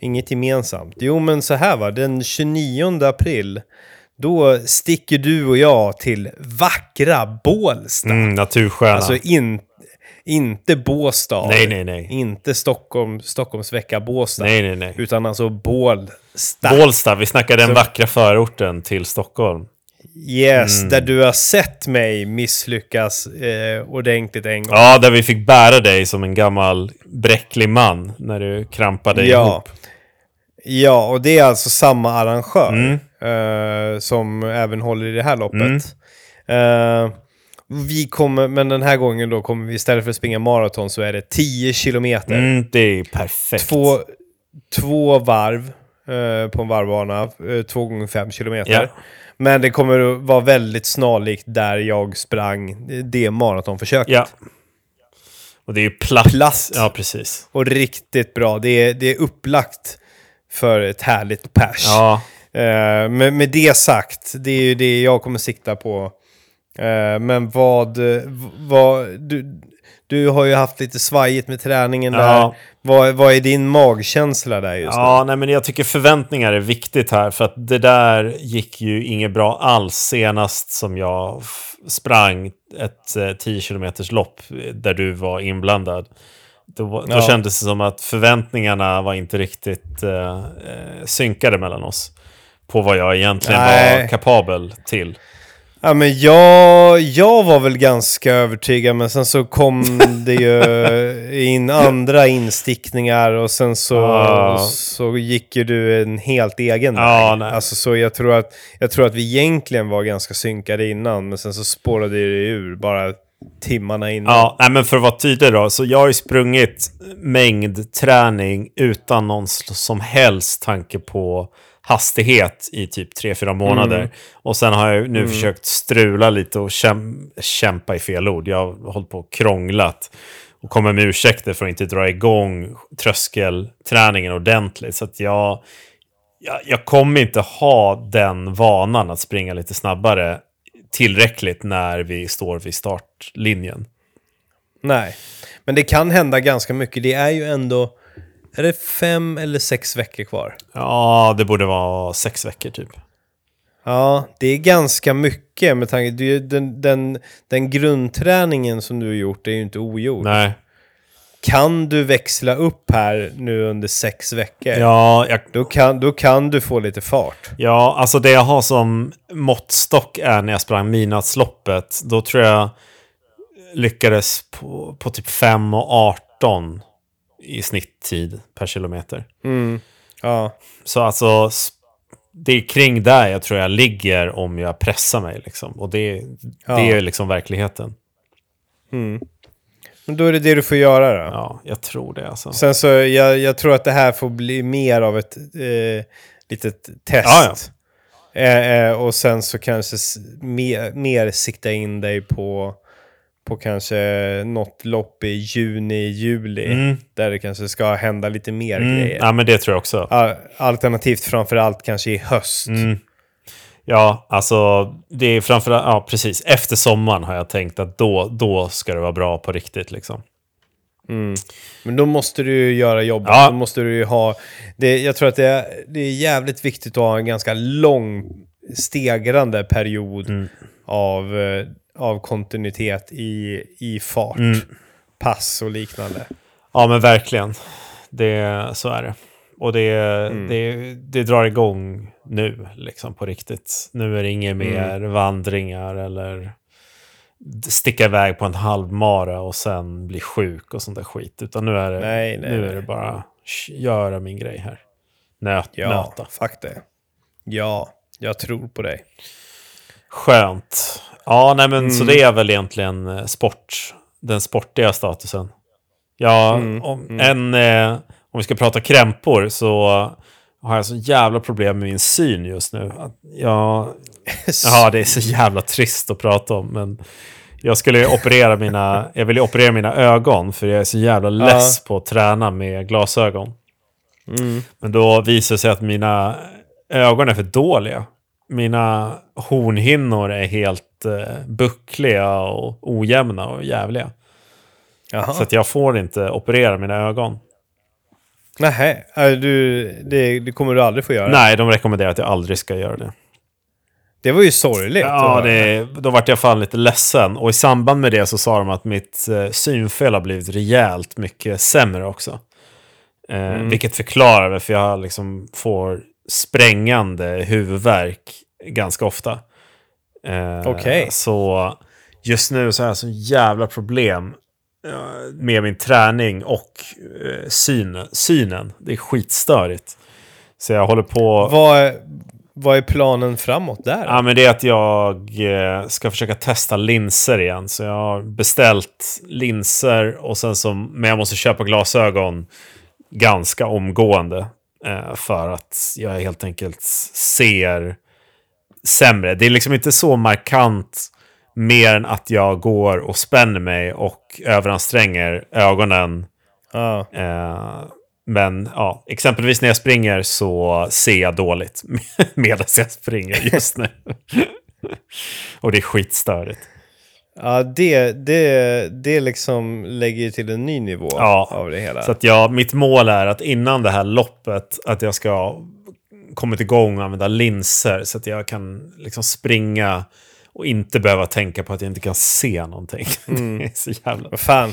Speaker 1: Inget gemensamt. Jo, men så här va, den 29 april, då sticker du och jag till vackra Bålsta.
Speaker 2: Mm, natursköna.
Speaker 1: Alltså in, inte Båstad.
Speaker 2: nej, nej, nej.
Speaker 1: Inte Stockholm, Stockholmsvecka Båstad.
Speaker 2: Nej, nej, nej.
Speaker 1: Utan alltså Bålsta.
Speaker 2: Bålsta, vi snackar den vackra förorten till Stockholm.
Speaker 1: yes,
Speaker 2: Mm.
Speaker 1: där du har sett mig misslyckas eh, ordentligt en gång.
Speaker 2: Ja, där vi fick bära dig som en gammal bräcklig man när du krampade ihop.
Speaker 1: Ja, och det är alltså samma arrangör
Speaker 2: Mm.
Speaker 1: eh, som även håller i det här loppet.
Speaker 2: Mm.
Speaker 1: Eh, vi kommer, men den här gången då kommer vi istället för att springa maraton så är det 10 kilometer.
Speaker 2: Mm, det är perfekt.
Speaker 1: Två, två varv eh, på en varvbana, eh, två gånger fem kilometer.
Speaker 2: Ja.
Speaker 1: Men det kommer att vara väldigt snarlikt där jag sprang det maratonförsöket.
Speaker 2: Ja. Och det är ju platt.
Speaker 1: Platt.
Speaker 2: Ja, precis.
Speaker 1: Och riktigt bra. Det är, det är upplagt för ett härligt pers.
Speaker 2: Ja,
Speaker 1: Eh, med, med det sagt, det är ju det jag kommer sikta på. Eh, men vad... eh, vad du, du har ju haft lite svajigt med träningen
Speaker 2: Ja.
Speaker 1: där. Vad, vad är din magkänsla där just nu?
Speaker 2: ja nej, men jag tycker förväntningar är viktigt här. För att det där gick ju inget bra alls senast som jag f- sprang ett eh, 10 km lopp där du var inblandad. Då, var- då
Speaker 1: Ja.
Speaker 2: kändes det som att förväntningarna var inte riktigt eh, eh, synkade mellan oss på vad jag egentligen var
Speaker 1: Nej.
Speaker 2: kapabel till.
Speaker 1: Ja, men jag, jag var väl ganska övertygad, men sen så kom det ju in andra instickningar och sen så,
Speaker 2: Ja.
Speaker 1: så gick ju du en helt egen
Speaker 2: Ja,
Speaker 1: väg.
Speaker 2: nej.
Speaker 1: Alltså, så jag tror, att, jag tror att vi egentligen var ganska synkade innan, men sen så spårade det ur bara timmarna innan.
Speaker 2: Ja, nej, men för att vara tydlig då. Så jag har ju sprungit mängd träning utan någon sl- som helst tanke på hastighet i typ 3-4 månader. Och sen har jag nu försökt strula lite och käm- kämpa i fel ord. Jag har hållit på och krånglat och kommer med ursäkter för att inte dra igång tröskelträningen ordentligt. Så att jag, jag, jag kommer inte ha den vanan att springa lite snabbare tillräckligt när vi står vid startlinjen.
Speaker 1: Nej, men det kan hända ganska mycket. Det är ju ändå, är det fem eller sex veckor kvar?
Speaker 2: Ja, det borde vara sex veckor typ.
Speaker 1: Ja, det är ganska mycket med tanke det är ju den, den, den grundträningen som du har gjort är ju inte ogjord.
Speaker 2: Nej.
Speaker 1: Kan du växla upp här nu under sex veckor,
Speaker 2: Ja, jag,
Speaker 1: Eh, då, kan, då kan du få lite fart.
Speaker 2: ja, alltså det jag har som måttstock är när jag sprang midnattsloppet. Då tror jag lyckades på, på typ 5 och 18 i snitttid per kilometer.
Speaker 1: Mm. Ja,
Speaker 2: Så alltså, s- det är kring där jag tror jag ligger om jag pressar mig. Liksom. Och det,
Speaker 1: Ja.
Speaker 2: det är liksom verkligheten.
Speaker 1: men då är det det du får göra då.
Speaker 2: Ja, jag tror det alltså.
Speaker 1: Sen så, jag, jag tror att det här får bli mer av ett eh, litet test.
Speaker 2: Ja,
Speaker 1: Eh, eh, och sen så kanske s- mer, mer sikta in dig på, på kanske något lopp i juni, juli.
Speaker 2: Mm.
Speaker 1: Där det kanske ska hända lite mer
Speaker 2: Mm.
Speaker 1: grejer.
Speaker 2: Ja, men det tror jag också.
Speaker 1: Al- Alternativt framför allt kanske i höst.
Speaker 2: Mm. Ja, alltså det är framförallt, ja precis, efter sommaren har jag tänkt att då, då ska det vara bra på riktigt liksom.
Speaker 1: Men då måste du ju göra jobbet.
Speaker 2: Ja.
Speaker 1: Då måste du ju ha... Det, jag tror att det är, det är jävligt viktigt att ha en ganska lång stegrande period
Speaker 2: Mm.
Speaker 1: av, eh, av kontinuitet i, i fart.
Speaker 2: Mm.
Speaker 1: Pass och liknande.
Speaker 2: Ja, men verkligen. Det, så är det. Och det,
Speaker 1: Mm.
Speaker 2: det, det drar igång nu, liksom på riktigt. Nu är det inget
Speaker 1: Mm.
Speaker 2: mer vandringar eller d- sticka iväg på en halvmara och sen bli sjuk och sånt där skit. Utan nu är det,
Speaker 1: Nej, nej,
Speaker 2: nu
Speaker 1: nej.
Speaker 2: är det bara "Sh, göra min grej här. Nöt,
Speaker 1: Ja,
Speaker 2: Nöta.
Speaker 1: fuck det. Ja, jag tror på dig.
Speaker 2: Skönt. Ja, nej, men så det är väl egentligen eh, sport, den sportiga statusen. Ja, om, En, eh, om vi ska prata krämpor så har jag så jävla problem med min syn just nu. Att Jag, ja, det är så jävla trist att prata om, men jag skulle ju operera mina, jag vill ju operera mina ögon för jag är så jävla less på att träna med glasögon.
Speaker 1: Mm.
Speaker 2: Men då visar det sig att mina ögon är för dåliga. Mina hornhinnor är helt eh, buckliga och ojämna och jävliga.
Speaker 1: Jaha.
Speaker 2: Så att jag får inte operera mina ögon.
Speaker 1: Nähä, äh, du, det, det kommer du aldrig få göra.
Speaker 2: Nej, de rekommenderar att jag aldrig ska göra det.
Speaker 1: Det var ju sorgligt. att
Speaker 2: Ja,
Speaker 1: höra.
Speaker 2: det, då vart jag fan lite ledsen. Och i samband med det så sa de att mitt eh, synfel har blivit rejält mycket sämre också. Eh,
Speaker 1: Mm.
Speaker 2: Vilket förklarar varför jag liksom får sprängande huvudvärk ganska ofta. Eh,
Speaker 1: Okej.
Speaker 2: Så just nu så har jag så jävla problem eh, med min träning och eh, syn, synen. Det är skitstörigt. Så jag håller på...
Speaker 1: Vad, vad är planen framåt där?
Speaker 2: Ja, men det är att jag eh, ska försöka testa linser igen. Så jag har beställt linser, och sen så, men jag måste köpa glasögon ganska omgående. Eh, för att jag helt enkelt ser sämre. Det är liksom inte så markant mer än att jag går och spänner mig och överanstränger ögonen.
Speaker 1: Ja.
Speaker 2: Eh, men ja, exempelvis när jag springer så ser jag dåligt medan jag springer just nu. och det är skitstörigt.
Speaker 1: Ja, det, det, det liksom lägger ju till en ny nivå
Speaker 2: Ja,
Speaker 1: av det hela.
Speaker 2: Så att jag, mitt mål är att innan det här loppet att jag ska kommit igång och använda linser så att jag kan liksom springa och inte behöva tänka på att jag inte kan se någonting. det är så jävla...
Speaker 1: Vad fan.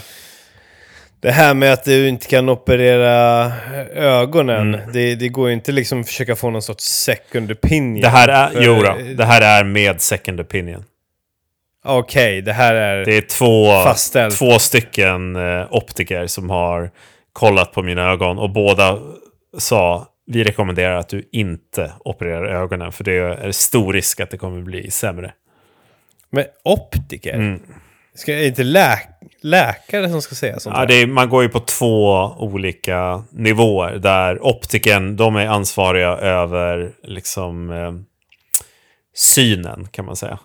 Speaker 1: Det här med att du inte kan operera ögonen,
Speaker 2: Mm.
Speaker 1: det, det går ju inte liksom försöka få någon sorts second opinion.
Speaker 2: Det här är, jo då,
Speaker 1: För-
Speaker 2: det här är med second opinion.
Speaker 1: Okej, det här är...
Speaker 2: Det är två,
Speaker 1: Fastställt.
Speaker 2: två stycken eh, optiker som har kollat på mina ögon och båda sa vi rekommenderar att du inte opererar ögonen för det är stor risk att det kommer bli sämre.
Speaker 1: Men optiker?
Speaker 2: Mm.
Speaker 1: Ska, är det inte läk, läkare som ska säga sånt
Speaker 2: Ja,
Speaker 1: här?
Speaker 2: det är, man går ju på två olika nivåer där optiken, de är ansvariga över liksom eh, synen kan man säga.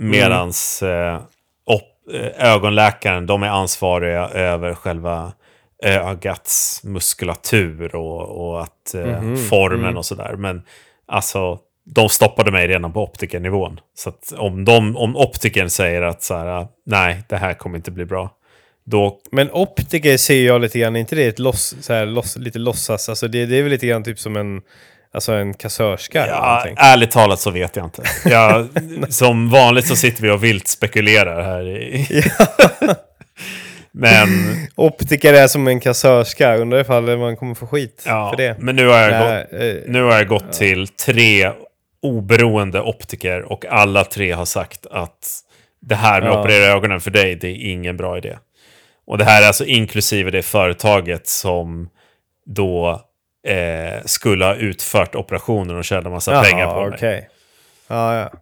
Speaker 2: Medans eh, op- eh, ögonläkaren, de är ansvariga över själva eh, ögats muskulatur och, och att eh, formen och sådär. Men alltså, de stoppade mig redan på optikernivån. Så att om, de, om optikern säger att så här, "Ah, nej, det här kommer inte bli bra, då
Speaker 1: Men optiker ser jag lite grann, är inte det ett loss, så här, loss, lite låtsas? Alltså det, det är väl lite grann typ som en, alltså en kassörska eller
Speaker 2: Ja,
Speaker 1: någonting?
Speaker 2: ärligt talat så vet jag inte. Jag, som vanligt så sitter vi och vilt spekulerar här. I... men,
Speaker 1: Optiker är som en kassörska, undrar ifall man kommer få skit
Speaker 2: ja, Mm.
Speaker 1: för det.
Speaker 2: men nu har jag gått,
Speaker 1: Nej, eh,
Speaker 2: nu har jag gått till tre oberoende optiker och alla tre har sagt att det här med att
Speaker 1: Ja.
Speaker 2: operera ögonen för dig, det är ingen bra idé. Och det här är alltså inklusive det företaget som då eh, skulle ha utfört operationen och tjänat massa pengar på mig.
Speaker 1: okej. Ja, ja.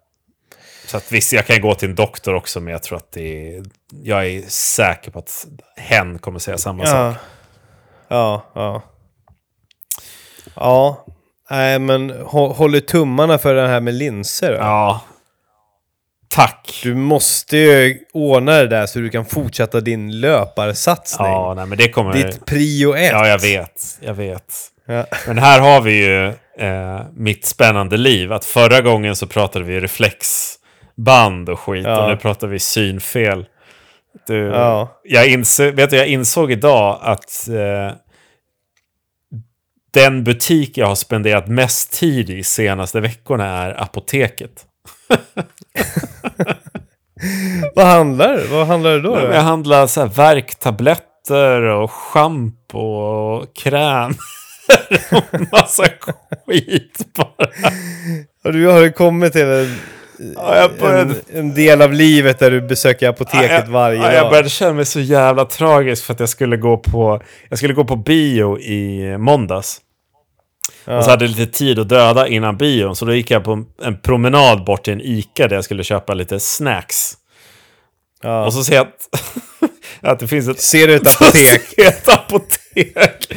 Speaker 2: Så att visst, jag kan gå till en doktor också, men jag tror att det är, Jag är säker på att hen kommer säga samma sak.
Speaker 1: Ja. Ja, ja. Ja. Nej, men hå- håller tummarna för det här med linser då.
Speaker 2: Ja. Tack.
Speaker 1: Du måste ju ordna det där så du kan fortsätta din löparsatsning.
Speaker 2: Ja, nej, men det kommer...
Speaker 1: Ditt prio ett.
Speaker 2: Ja, jag vet. Jag vet.
Speaker 1: Ja.
Speaker 2: Men här har vi ju eh, mitt spännande liv. Att förra gången så pratade vi reflexband och skit
Speaker 1: Ja.
Speaker 2: och nu pratar vi synfel. Du,
Speaker 1: Ja.
Speaker 2: jag, inse, vet du, jag insåg idag att eh, den butik jag har spenderat mest tid i senaste veckorna är apoteket.
Speaker 1: Vad handlar det? Vad handlar det då?
Speaker 2: Jag handlar så här värktabletter och schampo och kräm. och massa skit bara.
Speaker 1: Och du har kommit till en,
Speaker 2: Ja, jag började-
Speaker 1: en, en del av livet där du besöker apoteket
Speaker 2: Ja, jag,
Speaker 1: varje
Speaker 2: ja,
Speaker 1: dag.
Speaker 2: Jag började känna mig så jävla tragisk för att jag skulle gå på, jag skulle gå på bio i måndags. Och så hade jag lite tid att döda innan bion, så då gick jag på en promenad bort till en Ica där jag skulle köpa lite snacks.
Speaker 1: Ja.
Speaker 2: Och så ser jag att, att det finns ett
Speaker 1: Ser du ett apotek?
Speaker 2: Det är ett apotek.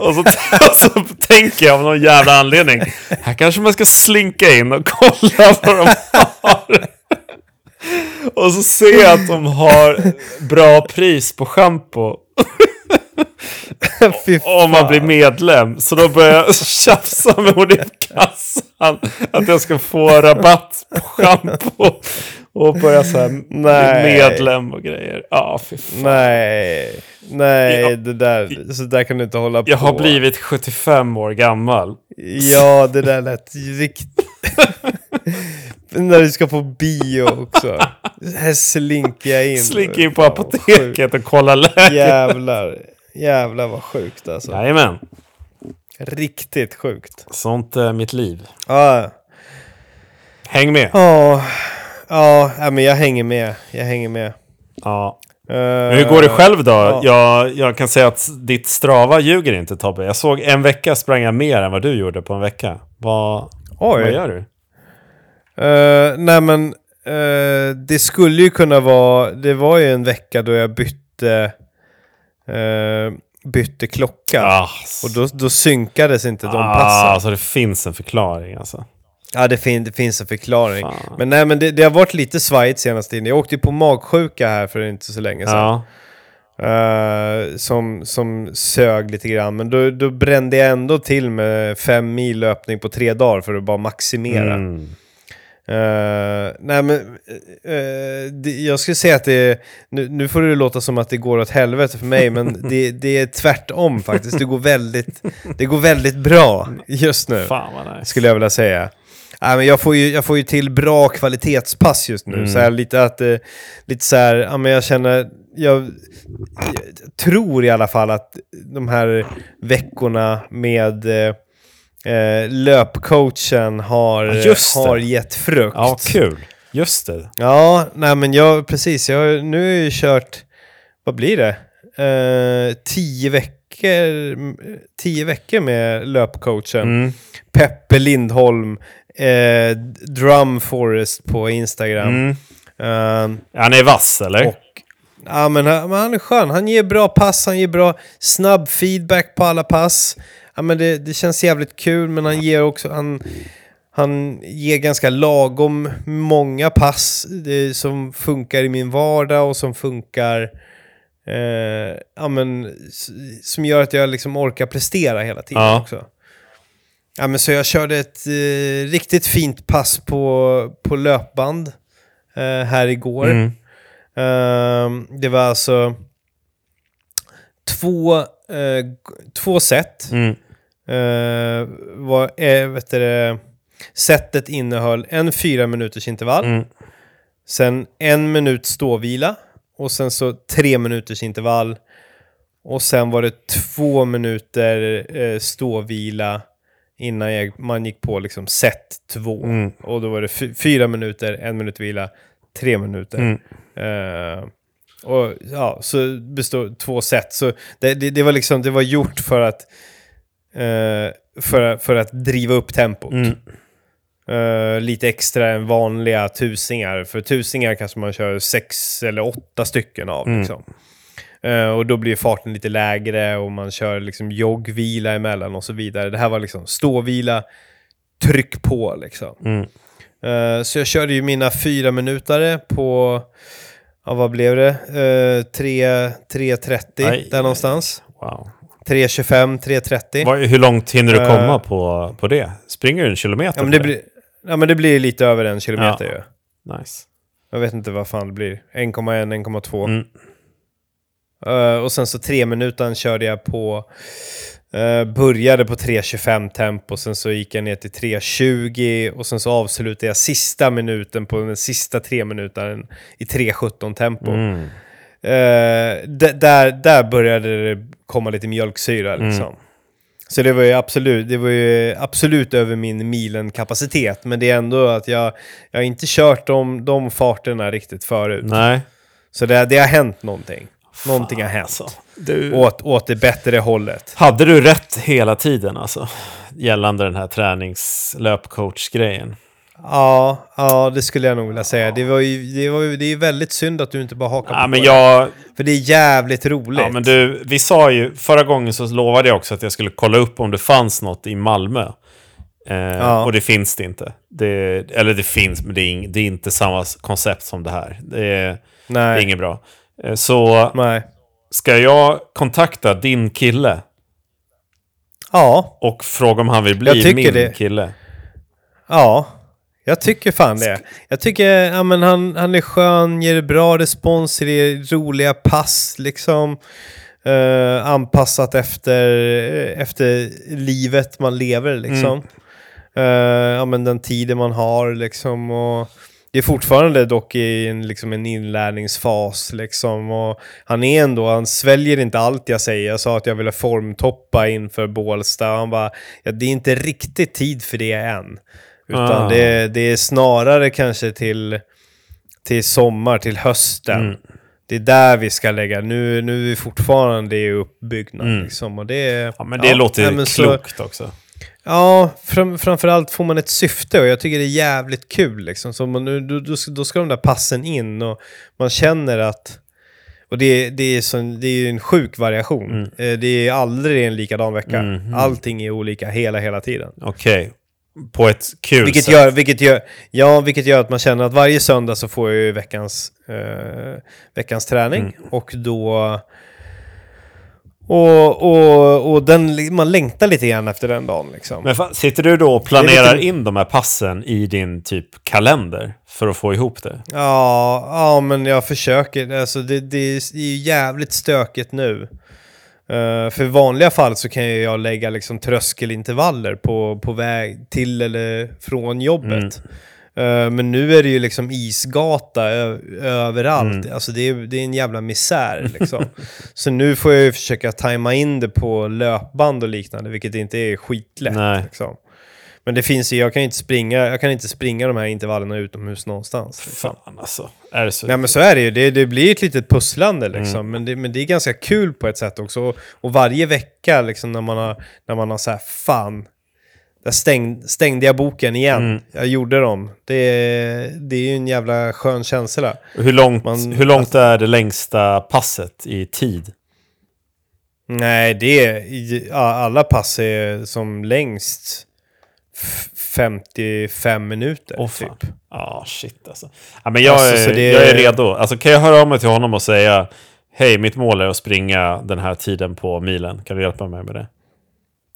Speaker 2: Och så, och så tänker jag av någon jävla anledning. Här kanske man ska slinka in och kolla vad de har. Och så ser jag att de har bra pris på schampo.
Speaker 1: Fy
Speaker 2: Om man blir medlem. Så då börjar jag tjafsa med hon i kassan. Att jag ska få rabatt på schampo. Och börja så här bli
Speaker 1: Nej.
Speaker 2: medlem och grejer. Ja, fy fan.
Speaker 1: Nej, nej,
Speaker 2: Ja.
Speaker 1: det där, så där kan du inte hålla på.
Speaker 2: Jag har blivit 75 år gammal.
Speaker 1: Ja, det där lät riktigt... När du ska på bio också. Här slinker jag in.
Speaker 2: Slinker in på
Speaker 1: Fan, vad sjukt.
Speaker 2: apoteket och kollar läget.
Speaker 1: Jävlar. Jävlar vad sjukt alltså.
Speaker 2: Jajamän.
Speaker 1: Riktigt sjukt.
Speaker 2: Sånt är mitt liv.
Speaker 1: Ja,
Speaker 2: Häng med.
Speaker 1: ja, ja, ja, men jag hänger med. Jag hänger med.
Speaker 2: Ja.
Speaker 1: Eh,
Speaker 2: Hur går det själv då? Jag, jag kan säga att ditt strava ljuger inte Tobbe. Jag såg en vecka sprang jag mer än vad du gjorde på en vecka. Vad,
Speaker 1: Oj.
Speaker 2: vad gör du?
Speaker 1: Eh, nej men, eh, det skulle ju kunna vara, det var ju en vecka då jag bytte, eh, bytte klocka.
Speaker 2: Ah,
Speaker 1: Och då, då synkades inte de passen.
Speaker 2: ah, så det finns en förklaring alltså.
Speaker 1: Ja, det, fin- det finns en förklaring.
Speaker 2: Fan.
Speaker 1: Men nej, men det, det har varit lite svajigt senaste tiden. Jag åkte ju på magsjuka här för inte så länge sedan.
Speaker 2: Ja.
Speaker 1: Eh, som, som sög lite grann. Men då, då brände jag ändå till med fem mil löpning på tre dagar för att bara maximera.
Speaker 2: Mm.
Speaker 1: Eh, nej men, eh, det, jag skulle säga att det nu, nu får det låta som att det går åt helvete för mig, men det, det är tvärtom faktiskt. Det går väldigt, det går väldigt bra just nu,
Speaker 2: Fan vad nice.
Speaker 1: Eh, skulle jag vilja säga. Nej, men jag, får ju, jag får ju till bra kvalitetspass just nu.
Speaker 2: Mm.
Speaker 1: Så här, lite att, eh, lite så här, ja, men jag känner, jag, jag tror i alla fall att de här veckorna med eh, eh, löpcoachen har,
Speaker 2: Ja, just det.
Speaker 1: har gett frukt.
Speaker 2: Ja, kul. Just det.
Speaker 1: Ja, nej men jag, precis, jag, har- nu har jag ju kört, vad blir det? Eh, tio veckor, tio veckor med löpcoachen.
Speaker 2: Mm.
Speaker 1: Peppe Lindholm, eh, Drum Forest på Instagram.
Speaker 2: Mm.
Speaker 1: Eh,
Speaker 2: Han är vass eller?
Speaker 1: och ja, men han, men han är skön. Han ger bra pass, han ger bra snabb feedback på alla pass. Ja, men det, det känns jävligt kul, men han ger också... Han, han ger ganska lagom många pass det, som funkar i min vardag och som funkar... Eh, ja, men, s- som gör att jag liksom orkar prestera hela tiden
Speaker 2: Ja.
Speaker 1: också. Ja, men så jag körde ett eh, riktigt fint pass på, på löpband eh, här igår.
Speaker 2: Mm.
Speaker 1: Ehm, det var alltså två, eh, g- två set.
Speaker 2: Mm.
Speaker 1: Eh, var, eh, vet du, det, setet innehöll en fyra minuters intervall,
Speaker 2: Mm.
Speaker 1: sen en minut ståvila och sen så tre minuters intervall. Och sen var det två minuter eh, ståvila innan jag, man gick på liksom set två.
Speaker 2: Mm.
Speaker 1: Och då var det fy- fyra minuter, en minut vila, tre minuter.
Speaker 2: Mm.
Speaker 1: Eh, och ja, så bestod två set. Så det, det, det var liksom, det var gjort för att, eh, för, för att driva upp tempot.
Speaker 2: Mm.
Speaker 1: Eh, lite extra än vanliga tusingar. För tusingar kanske man kör sex eller åtta stycken av.
Speaker 2: Mm.
Speaker 1: Liksom. Eh, och då blir farten lite lägre och man kör liksom joggvila emellan och så vidare. Det här var liksom ståvila, tryck på liksom.
Speaker 2: Mm.
Speaker 1: Eh, Så jag körde ju mina fyra minutare på, ja vad blev det? Eh, tre- 3.30
Speaker 2: Aj,
Speaker 1: där någonstans.
Speaker 2: Wow.
Speaker 1: 3.25, 3.30.
Speaker 2: Vad- hur långt hinner du komma
Speaker 1: Eh.
Speaker 2: på, på det? Springer du en kilometer?
Speaker 1: Ja men
Speaker 2: på
Speaker 1: det blir, ja, men det blir lite över en kilometer ju.
Speaker 2: Nice.
Speaker 1: Jag vet inte vad fan det blir. 1,1, 1,2.
Speaker 2: Mm.
Speaker 1: Eh, och sen så tre minuten körde jag på... eh, började på 3.25 tempo, sen så gick jag ner till 3.20 och sen så avslutade jag sista minuten på den sista tre minuten i 3.17 tempo.
Speaker 2: Mm.
Speaker 1: Eh, d- där, där började det komma lite mjölksyra
Speaker 2: Mm.
Speaker 1: liksom. Så det var ju absolut, det var ju absolut över min milen-kapacitet, men det är ändå att jag, jag har inte kört de, de farterna riktigt förut.
Speaker 2: Nej.
Speaker 1: Så det, det har hänt någonting. Någonting har hänt.
Speaker 2: alltså. Du...
Speaker 1: Åt, åt det bättre hållet.
Speaker 2: Hade du rätt hela tiden alltså? Gällande den här träningslöpcoach-grejen.
Speaker 1: Ja, ja, det skulle jag nog vilja säga. Det, var ju, det, var ju, det är ju väldigt synd att du inte bara hakar
Speaker 2: Ja,
Speaker 1: på
Speaker 2: men
Speaker 1: det.
Speaker 2: jag,
Speaker 1: För det är jävligt roligt.
Speaker 2: ja, men du, vi sa ju, förra gången så lovade jag också att jag skulle kolla upp om det fanns något i Malmö. Eh, Och det finns det inte. Det, eller det finns, men det är, ing, det är inte samma s- koncept som det här. Det är, det är
Speaker 1: Nej.
Speaker 2: inget bra. Eh, så
Speaker 1: Nej.
Speaker 2: ska jag kontakta din kille
Speaker 1: Ja,
Speaker 2: och fråga om han vill
Speaker 1: Jag
Speaker 2: bli
Speaker 1: tycker
Speaker 2: min
Speaker 1: det.
Speaker 2: kille?
Speaker 1: ja. Jag tycker fan det. Jag tycker ja, men han, han är skön, ger bra respons, ger roliga pass liksom. Eh, anpassat efter, efter livet man lever liksom. Eh, ja, men den tiden man har liksom. Och det är fortfarande dock i en, liksom en inlärningsfas liksom. Och han är ändå, han sväljer inte allt jag säger. Jag sa att jag ville formtoppa inför Bålsta. Han bara, ja, det är inte riktigt tid för det än. Utan
Speaker 2: Ah.
Speaker 1: det, det är snarare kanske till, till sommar, till hösten.
Speaker 2: Mm.
Speaker 1: Det är där vi ska lägga. Nu, nu är vi fortfarande i uppbyggnad. Liksom, och det,
Speaker 2: Mm. Ja, men det låter
Speaker 1: nej, men så-
Speaker 2: klokt också.
Speaker 1: Ja, fram, framförallt får man ett syfte och jag tycker det är jävligt kul. Liksom. Så man, nu- då, då, ska- då ska de där passen in och man känner att... Och det, det, är, sån, det är ju en sjuk variation.
Speaker 2: Mm.
Speaker 1: Eh, Det är aldrig en likadan vecka. Allting är olika hela, hela tiden.
Speaker 2: Okej. På ett kul
Speaker 1: Vilket
Speaker 2: sätt.
Speaker 1: gör, vilket, gör, ja, vilket gör att man känner att varje söndag så får jag ju veckans, eh, veckans träning. Och då... Och, och, och den, man längtar lite grann efter den dagen. Liksom.
Speaker 2: Men fan, sitter du då och planerar
Speaker 1: lite-
Speaker 2: in de här passen i din typ kalender för att få ihop det?
Speaker 1: Ja, ja men jag försöker. Alltså, det, det är ju jävligt stökigt nu. Eh, för i vanliga fall så kan ju jag lägga liksom tröskelintervaller på, på väg till eller från jobbet. Eh, men nu är det ju liksom isgata ö- överallt. Alltså det är, det är en jävla misär liksom. så nu får jag ju försöka tajma in det på löpband och liknande, vilket inte är skitlätt.
Speaker 2: Nej.
Speaker 1: Liksom. Men det finns ju, jag kan ju inte springa, jag kan inte springa de här intervallerna utomhus någonstans. liksom.
Speaker 2: Fan alltså. Är det så?
Speaker 1: Nej men så är det ju, det, det blir ett litet pusslande liksom.
Speaker 2: Mm.
Speaker 1: Men, det, men det är ganska kul på ett sätt också. Och, och varje vecka liksom när man har, när man har så här, fan, där stäng, stängde jag boken igen.
Speaker 2: Mm.
Speaker 1: Jag gjorde dem. Det, det är ju en jävla skön känsla.
Speaker 2: hur långt,
Speaker 1: man- alltså-
Speaker 2: hur långt är det längsta passet i tid?
Speaker 1: Nej, det är, i- ja, alla pass är som längst f- 55 minuter. typ.
Speaker 2: Åh fan. Ja, shit alltså. Ja, men jag,
Speaker 1: Alltså, så
Speaker 2: är,
Speaker 1: det-
Speaker 2: jag är redo. Alltså, kan jag höra av mig till honom och säga Hej, mitt mål är att springa den här tiden på milen. Kan du hjälpa mig med det?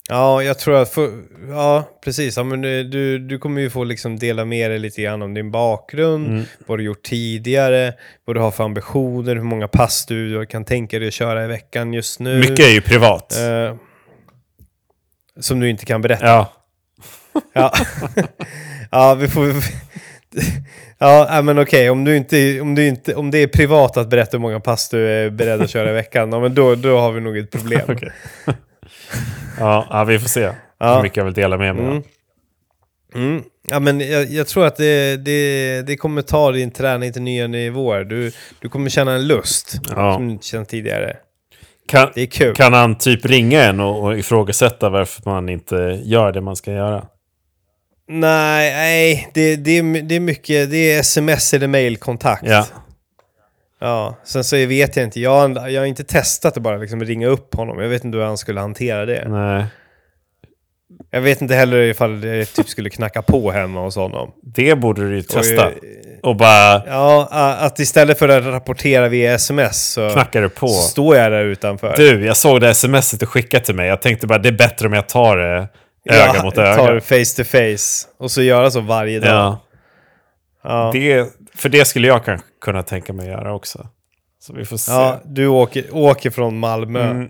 Speaker 1: Ja, jag tror att... För, ja, precis. Ja, men eh, du, du kommer ju få liksom dela med dig lite grann om din bakgrund,
Speaker 2: Mm.
Speaker 1: vad du gjort tidigare, vad du har för ambitioner, hur många pass du kan tänka dig att köra i veckan just nu.
Speaker 2: Mycket är ju privat.
Speaker 1: Eh, som du inte kan berätta.
Speaker 2: Ja.
Speaker 1: Ja, ja vi får... Ja, nej, men okej, om, du inte, om, du inte, om det är privat att berätta hur många pass du är beredd att köra i veckan, ja, men då, då har vi nog ett problem.
Speaker 2: Okej. ja, ja, vi får se hur mycket jag vill dela med mig av.
Speaker 1: Mm. Mm. Ja, men jag, jag tror att det, det, det kommer ta din träning till nya nivåer. Du, du kommer känna en lust
Speaker 2: Ja.
Speaker 1: som du inte känt tidigare.
Speaker 2: Kan,
Speaker 1: Mm. Det är kul.
Speaker 2: Kan han typ ringa en och, och ifrågasätta varför man inte gör det man ska göra?
Speaker 1: Nej, nej det, det, är my- det är mycket det är sms eller mailkontakt.
Speaker 2: Ja.
Speaker 1: Ja, sen så vet jag inte. Jag, har- jag har inte testat att bara liksom ringa upp honom. Jag vet inte hur han skulle hantera det.
Speaker 2: Nej.
Speaker 1: Jag vet inte heller ifall det typ skulle knacka på hemma hos honom.
Speaker 2: Det borde du ju testa.
Speaker 1: Och, eh,
Speaker 2: Och bara
Speaker 1: Ja, a- att istället för att rapportera via sms så,
Speaker 2: knackar du på.
Speaker 1: så står jag där utanför.
Speaker 2: Du, jag såg det här smset du skickade till mig. Jag tänkte bara det är bättre om jag tar det öga
Speaker 1: Ja,
Speaker 2: mot
Speaker 1: Tar
Speaker 2: öga.
Speaker 1: face to face och så göra så varje dag.
Speaker 2: Ja.
Speaker 1: Ja.
Speaker 2: Det, För det skulle jag kanske kunna tänka mig göra också. Så vi får se.
Speaker 1: Ja, du åker, åker från Malmö.
Speaker 2: Mm.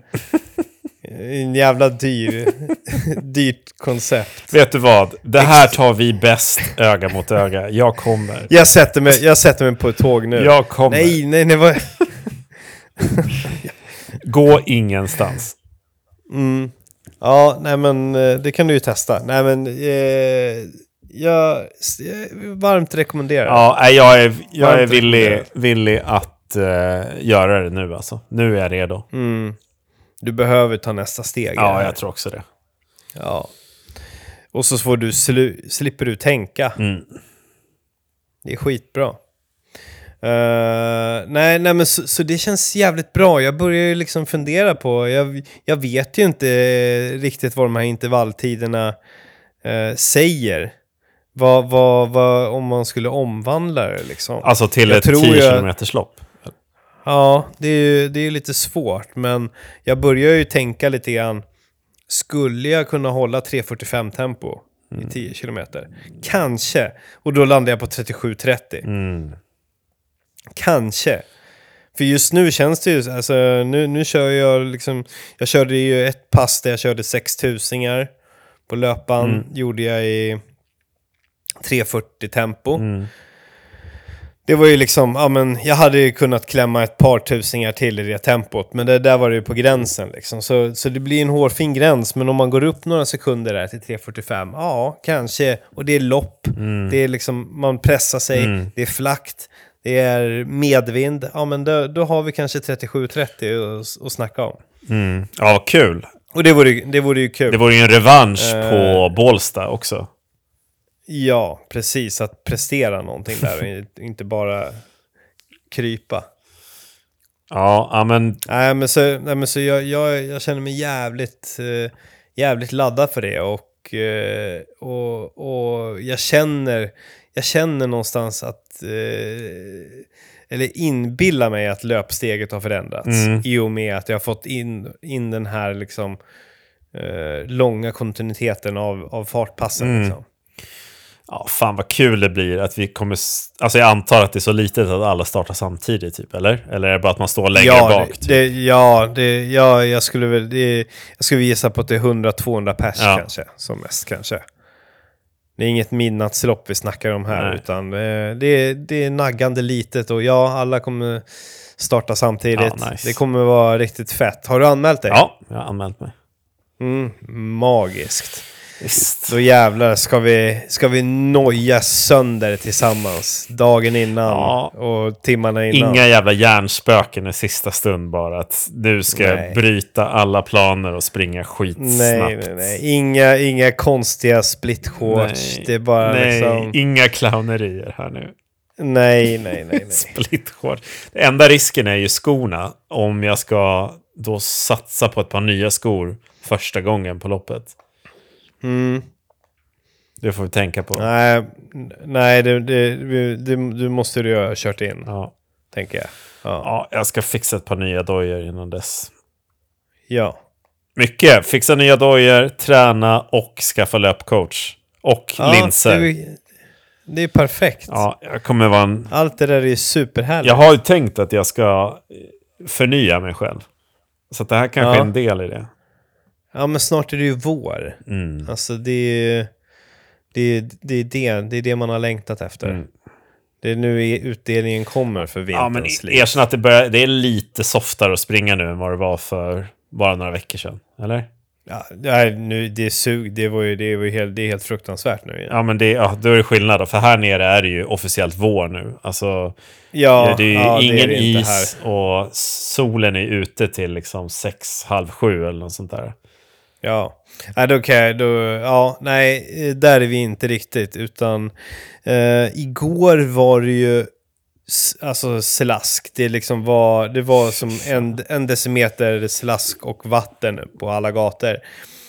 Speaker 1: En jävla dyr, dyrt koncept.
Speaker 2: Vet du vad? Det här tar vi bäst öga mot öga. Jag kommer.
Speaker 1: Jag sätter mig, jag sätter mig på ett tåg nu.
Speaker 2: Jag kommer.
Speaker 1: nej, nej, nej. Vad...
Speaker 2: Gå ingenstans.
Speaker 1: Mm. Ja, nej men eh, det kan du ju testa. Nej men, eh, jag s- eh, varmt rekommenderar.
Speaker 2: Ja, nej, jag är, jag är
Speaker 1: Varmt
Speaker 2: villig,
Speaker 1: rekommenderat.
Speaker 2: villig att eh, göra det nu alltså. Nu är jag redo.
Speaker 1: Mm. Du behöver ta nästa steg.
Speaker 2: Ja, jag tror också det.
Speaker 1: ja. Och så får du slu- slipper du tänka.
Speaker 2: Mm.
Speaker 1: Det är skitbra. Eh, nej, nej, men så, så det känns jävligt bra. Jag börjar ju liksom fundera på, jag, jag vet ju inte eh, riktigt vad de här intervalltiderna eh, säger. Vad, vad, vad, om man skulle omvandla det liksom.
Speaker 2: Alltså till
Speaker 1: Jag
Speaker 2: ett
Speaker 1: tror
Speaker 2: 10
Speaker 1: jag-
Speaker 2: kilometers lopp.
Speaker 1: Ja, det är ju det är lite svårt, men jag börjar ju tänka lite grann. Skulle jag kunna hålla 3.45 tempo
Speaker 2: Mm.
Speaker 1: i 10 kilometer? Kanske. Och då landar jag på 37.30.
Speaker 2: Mm.
Speaker 1: Kanske. För just nu känns det ju, alltså nu, nu kör jag liksom, jag körde ju ett pass där jag körde 6000 på löpan,
Speaker 2: Mm.
Speaker 1: gjorde jag i 3.40 tempo.
Speaker 2: Mm.
Speaker 1: Det var ju liksom, ja men jag hade ju kunnat klämma ett par tusingar till i det tempot, men det där var det ju på gränsen liksom. Så, så det blir en hårfin gräns, men om man går upp några sekunder där till 3.45, ja kanske, och det är lopp, det är liksom, man pressar sig, det är flakt, det är medvind, ja men då, då har vi kanske 37.30 att snacka om.
Speaker 2: Mm. Ja, kul.
Speaker 1: Och det vore, ju- det vore ju kul.
Speaker 2: Det vore ju en revansch
Speaker 1: Eh.
Speaker 2: på Bålsta också.
Speaker 1: Ja, precis, att prestera någonting där och in- inte bara krypa.
Speaker 2: Ja, ja, men
Speaker 1: Nej, men så, nej, men så jag, jag, jag känner mig jävligt, eh, jävligt laddad för det. Och, eh, och, och jag, känner, jag känner någonstans att... Eh, eller inbillar mig att löpsteget har förändrats.
Speaker 2: Mm.
Speaker 1: I och med att jag har fått in, in den här liksom, eh, långa kontinuiteten av, av fartpassen.
Speaker 2: Mm.
Speaker 1: Liksom.
Speaker 2: ja, fan vad kul det blir att vi kommer... s- Alltså jag antar att det är så litet att alla startar samtidigt, typ, eller? Eller är det bara att man står längre
Speaker 1: ja,
Speaker 2: bak?
Speaker 1: Det,
Speaker 2: typ?
Speaker 1: det, ja, det, ja, jag skulle väl det, jag skulle gissa på att det är 100-200 pers
Speaker 2: Ja.
Speaker 1: kanske, som mest kanske. Det är inget midnattslopp vi snackar om här,
Speaker 2: Nej.
Speaker 1: utan eh, det, är- det är naggande litet och ja, alla kommer starta samtidigt.
Speaker 2: Ja, nice.
Speaker 1: Det kommer vara riktigt fett. Har du anmält dig?
Speaker 2: Ja, jag har anmält mig.
Speaker 1: Mm, magiskt.
Speaker 2: Visst.
Speaker 1: Då jävlar ska vi, ska vi noja sönder tillsammans. Dagen innan
Speaker 2: Ja.
Speaker 1: och timmarna innan.
Speaker 2: Inga jävla hjärnspöken i sista stund bara. Att nu ska
Speaker 1: Nej.
Speaker 2: jag bryta alla planer och springa skitsnabbt.
Speaker 1: Nej, nej, nej. Inga, inga konstiga split shorts.
Speaker 2: Nej.
Speaker 1: Det är bara
Speaker 2: Nej,
Speaker 1: liksom...
Speaker 2: inga clownerier här nu.
Speaker 1: Nej, nej, nej, nej.
Speaker 2: Splitshorts. Den enda risken är ju skorna. Om jag ska då satsa på ett par nya skor första gången på loppet.
Speaker 1: Mm.
Speaker 2: Det får vi tänka på.
Speaker 1: Nej, nej det, det, det, du måste du ha kört in,
Speaker 2: Ja.
Speaker 1: tänker jag. Ja.
Speaker 2: ja, jag ska fixa ett par nya dojor innan dess.
Speaker 1: ja.
Speaker 2: Mycket. Fixa nya dojor, träna och skaffa löpcoach. Och
Speaker 1: ja
Speaker 2: linser.
Speaker 1: Det, är- det är perfekt.
Speaker 2: Ja, jag kommer vara en...
Speaker 1: Allt det där är ju superhärligt.
Speaker 2: Jag har ju tänkt att jag ska eh, förnya mig själv. Så att det här kanske
Speaker 1: Ja.
Speaker 2: är en del i det.
Speaker 1: Ja, men snart är det ju vår.
Speaker 2: Mm.
Speaker 1: Alltså det är ju... Det är, det, är det, det är det man har längtat efter.
Speaker 2: Mm.
Speaker 1: Det är nu i- utdelningen kommer för
Speaker 2: Ja, men
Speaker 1: vinterns liv.
Speaker 2: erkänn att det, börjar, det är lite softare att springa nu än vad det var för bara några veckor sedan. Eller?
Speaker 1: Ja, nej, nu, det sug, det var ju, det var ju helt, det är helt fruktansvärt nu. Ja,
Speaker 2: Ja, men det, ja, då är det skillnad. Då, för här nere är det ju officiellt vår nu. Alltså,
Speaker 1: ja
Speaker 2: det är ju
Speaker 1: det
Speaker 2: ingen
Speaker 1: det inte
Speaker 2: is och solen är ute till liksom sex, halv sju eller något sånt där.
Speaker 1: Ja, ja då kan jag, då, ja, nej, eh, där är vi inte riktigt, utan eh, igår var det ju s- Alltså slask, det liksom var, det var som en, en decimeter slask och vatten på alla gator.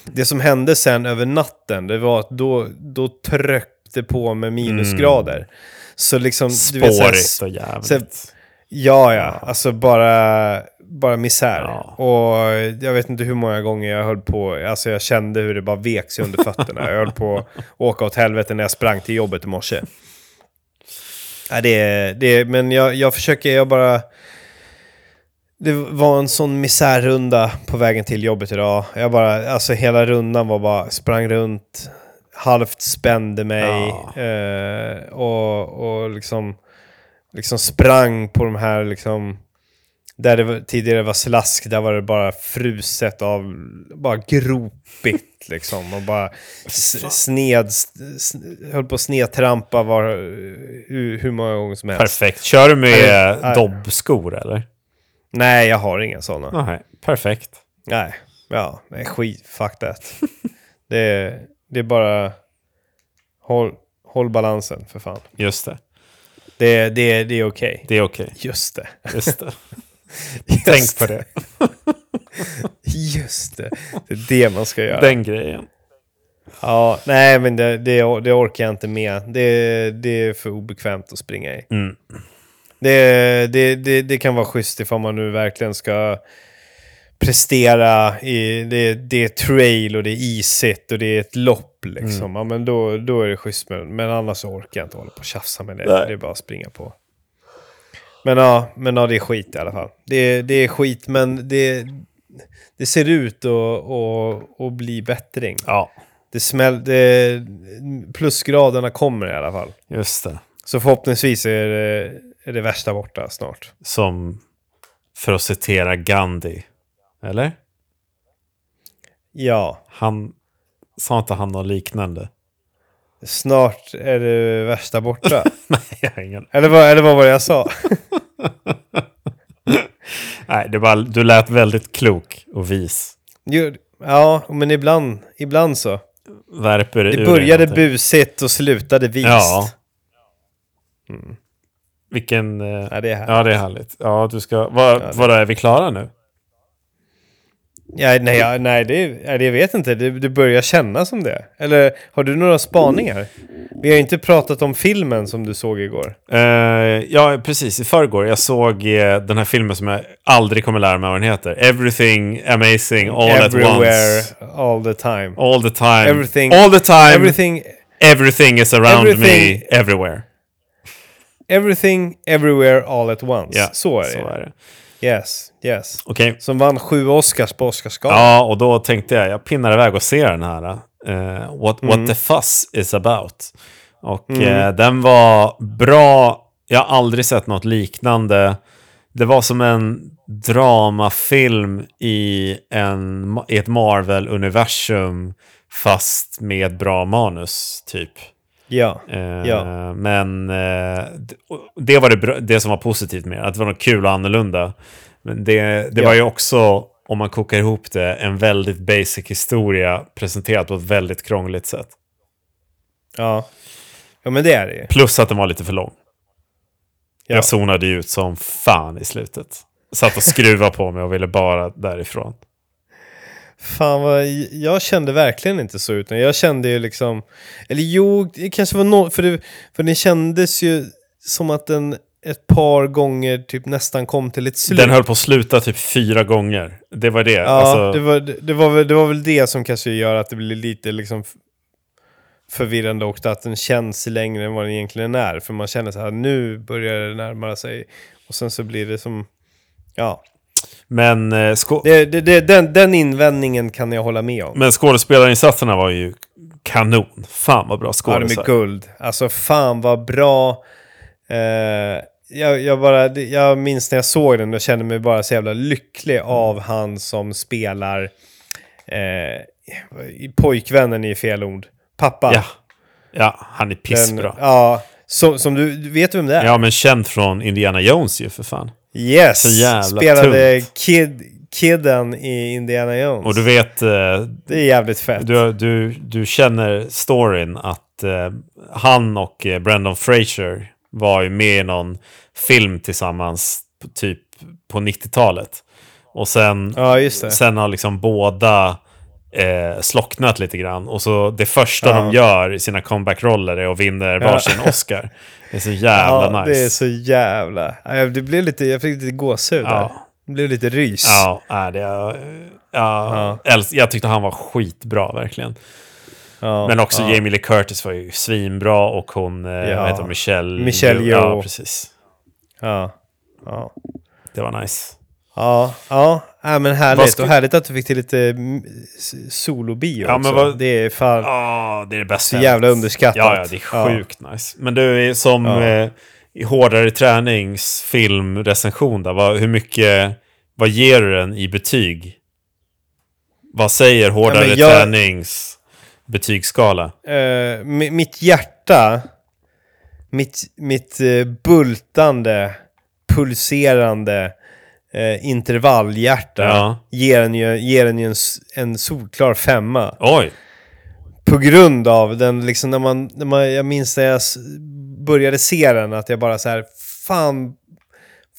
Speaker 1: Det som hände sen över natten, det var att då, då tröckte på med minusgrader. Så liksom, så här-
Speaker 2: Mm. Spårigt och jävligt.
Speaker 1: så här- Ja, ja. Alltså bara, bara misär.
Speaker 2: Ja.
Speaker 1: Och jag vet inte hur många gånger jag höll på, alltså jag kände hur det bara vek sig under fötterna. Jag höll på att åka åt helvete när jag sprang till jobbet i morse. Ja, det är, det är, men jag, jag försöker, jag bara... Det var en sån misärrunda på vägen till jobbet idag. Jag bara, alltså hela rundan var bara, sprang runt, halvt spände mig
Speaker 2: Ja.
Speaker 1: eh, och, och liksom, liksom sprang på de här liksom... Där det var, tidigare var slask, där var det bara fruset av, bara gropigt liksom. Och bara s- sned, s- höll på att snedtrampa var, hur, hur många gånger som helst.
Speaker 2: Perfekt. Kör du med
Speaker 1: Nej, nej.
Speaker 2: dobbskor eller?
Speaker 1: Nej, jag har inga sådana.
Speaker 2: Nej, perfekt.
Speaker 1: Nej, ja, nej, skit, fuck that. det, är, det är bara, håll, håll balansen för fan.
Speaker 2: Just det.
Speaker 1: Det, är- det, är- det är okej.
Speaker 2: Det är okej.
Speaker 1: Just det.
Speaker 2: Just det.
Speaker 1: Just
Speaker 2: Tänk på det.
Speaker 1: Just det. Det är det man ska göra.
Speaker 2: Den grejen.
Speaker 1: Ja, nej, men det, det, det orkar jag inte med. Det, det är för obekvämt att springa i.
Speaker 2: Mm.
Speaker 1: Det, det, det, det kan vara schysst ifall man nu verkligen ska prestera. I, det, det är trail och det är isigt och det är ett lopp. Liksom. Ja, men då, då är det schysst. Med, men annars så orkar jag inte hålla på och tjafsa med det.
Speaker 2: Nej.
Speaker 1: Det är bara att springa på. Men ja, men ja, det är skit i alla fall. Det, det är skit, men det, det ser ut att- att att bli bättring.
Speaker 2: Ja,
Speaker 1: Det smäll, det, plusgraderna kommer i alla fall.
Speaker 2: just det.
Speaker 1: Så förhoppningsvis är det, är det värsta borta snart.
Speaker 2: Som, för att citera Gandhi. Eller?
Speaker 1: Ja,
Speaker 2: Han sa inte han något liknande?
Speaker 1: snart är det värsta borta.
Speaker 2: Nej, jag har ingen.
Speaker 1: eller, vad, eller vad var det jag sa?
Speaker 2: Nej, det var, du lät väldigt klok och vis.
Speaker 1: Jo, ja, men ibland, ibland så.
Speaker 2: Värper ur
Speaker 1: Det
Speaker 2: dig
Speaker 1: började
Speaker 2: någonting.
Speaker 1: busigt och slutade vist.
Speaker 2: Ja. Mm. Vilken... eh,
Speaker 1: Ja, det är här.
Speaker 2: Ja, det är härligt. Ja, du ska... Vad, vadå, är vi klara nu?
Speaker 1: Ja, nej, ja, nej, det, nej, det vet inte. Det, det börjar kännas som det. Eller har du några spaningar? Vi har ju inte pratat om filmen som du såg igår.
Speaker 2: Eh, ja, precis. I förrgår. Jag såg eh, den här filmen som jag aldrig kommer lära mig vad den heter. Everything amazing all at
Speaker 1: Everywhere,
Speaker 2: once.
Speaker 1: all the time.
Speaker 2: All the time.
Speaker 1: Everything-
Speaker 2: all the time. Everything,
Speaker 1: Everything,
Speaker 2: is around
Speaker 1: Everything-
Speaker 2: me everywhere.
Speaker 1: everything, everywhere, all at once.
Speaker 2: Ja,
Speaker 1: så är det.
Speaker 2: Så är det.
Speaker 1: Yes, yes.
Speaker 2: Okej.
Speaker 1: Som vann sju Oscars på Oscarsgalan.
Speaker 2: Ja, och då tänkte jag, jag pinnar iväg och ser den här. eh, what, what the fuss is about. Och eh, den var bra. Jag har aldrig sett något liknande. Det var som en dramafilm i, en, i ett Marvel-universum fast med bra manus, typ.
Speaker 1: Ja.
Speaker 2: Eh,
Speaker 1: Ja.
Speaker 2: Men eh, d- och det var det, bra- det som var positivt med det, att det var något kul och annorlunda. Men det, det
Speaker 1: Ja.
Speaker 2: var ju också, om man kokar ihop det, en väldigt basic historia presenterad på ett väldigt krångligt sätt.
Speaker 1: ja. Ja, men det är det ju.
Speaker 2: Plus att den var lite för lång.
Speaker 1: Ja.
Speaker 2: Jag zonade ju ut som fan i slutet. Satt och skruvade på mig och ville bara därifrån.
Speaker 1: Fan vad, jag kände verkligen inte så utan jag kände ju liksom, eller jo, det kanske var något, för, det- för den kändes ju som att den ett par gånger typ nästan kom till ett slut.
Speaker 2: Den höll på att sluta typ fyra gånger. Det var det.
Speaker 1: ja,
Speaker 2: Alltså-
Speaker 1: det, var, det, det var, väl- det var väl det som kanske gör att det blir lite liksom f- förvirrande och att den känns längre än vad den egentligen är. För man känner så här, nu börjar det närma sig. Och sen så blir det som, ja.
Speaker 2: Men eh, sko-
Speaker 1: Det, det, det, den, den invändningen kan jag hålla med om.
Speaker 2: Men skådespelarinsatserna var ju kanon. Fan vad bra
Speaker 1: Ja, de är
Speaker 2: skådisar.
Speaker 1: guld. Alltså fan vad bra. Eh, jag, jag, bara, det- jag minns när jag såg den och kände mig bara så jävla lycklig
Speaker 2: Mm.
Speaker 1: av han som spelar eh, pojkvännen är fel ord. Pappa.
Speaker 2: Ja. ja, han är
Speaker 1: Den-
Speaker 2: pissbra.
Speaker 1: ja, som, som du, du vet vem det är?
Speaker 2: Ja, men känd från Indiana Jones ju för fan.
Speaker 1: Yes!
Speaker 2: Så jävla
Speaker 1: Spelade
Speaker 2: tungt.
Speaker 1: kid, Kidden i Indiana Jones.
Speaker 2: Och du vet, eh,
Speaker 1: det är jävligt fett.
Speaker 2: du, du, du känner storyn att eh, han och eh, Brandon Fraser var ju med i någon film tillsammans på- typ på 90-talet. Och sen
Speaker 1: ja, just det.
Speaker 2: Sen har liksom båda eh, slocknat lite grann. Och så det första
Speaker 1: Ja.
Speaker 2: de gör i sina comeback-roller är att vinna
Speaker 1: Ja.
Speaker 2: varsin Oscar. Det är så jävla
Speaker 1: ja,
Speaker 2: nice.
Speaker 1: Det är så jävla... Ja, Det blev lite, jag fick lite gåshud där.
Speaker 2: Ja.
Speaker 1: Det blev lite rys.
Speaker 2: Ja, nej, det är, ja, Äls- jag tyckte han var skitbra verkligen.
Speaker 1: Ja,
Speaker 2: Men också
Speaker 1: ja.
Speaker 2: Jamie Lee Curtis var ju svinbra och hon, eh,
Speaker 1: Ja.
Speaker 2: vad heter hon, Michelle?
Speaker 1: Michelle
Speaker 2: Jo.
Speaker 1: Yeoh.
Speaker 2: Ja, precis.
Speaker 1: Ja. Ja.
Speaker 2: Det var nice.
Speaker 1: Ja, ja. ja men härligt.
Speaker 2: Vad ska-
Speaker 1: Och härligt att du fick till lite mm, s- solobio
Speaker 2: Ja,
Speaker 1: också.
Speaker 2: men vad-
Speaker 1: Det är fan
Speaker 2: Ja, det är det bästa.
Speaker 1: så jävla underskattat.
Speaker 2: Ja, ja, det är sjukt nice. Men du, som
Speaker 1: Ja.
Speaker 2: eh, i hårdare träningsfilmrecension, där, vad, hur mycket, vad ger du den i betyg? Vad säger hårdare
Speaker 1: men jag-
Speaker 2: tränings betygsskala?
Speaker 1: Eh, mi- mitt hjärta, mitt, mitt eh, bultande, pulserande eh, intervallhjärta
Speaker 2: Ja.
Speaker 1: ger en ju, ger en, ju en, s- en solklar femma.
Speaker 2: Oj,
Speaker 1: På grund av den, liksom när man, när man, jag minns när jag s- började se den, att jag bara så här, fan,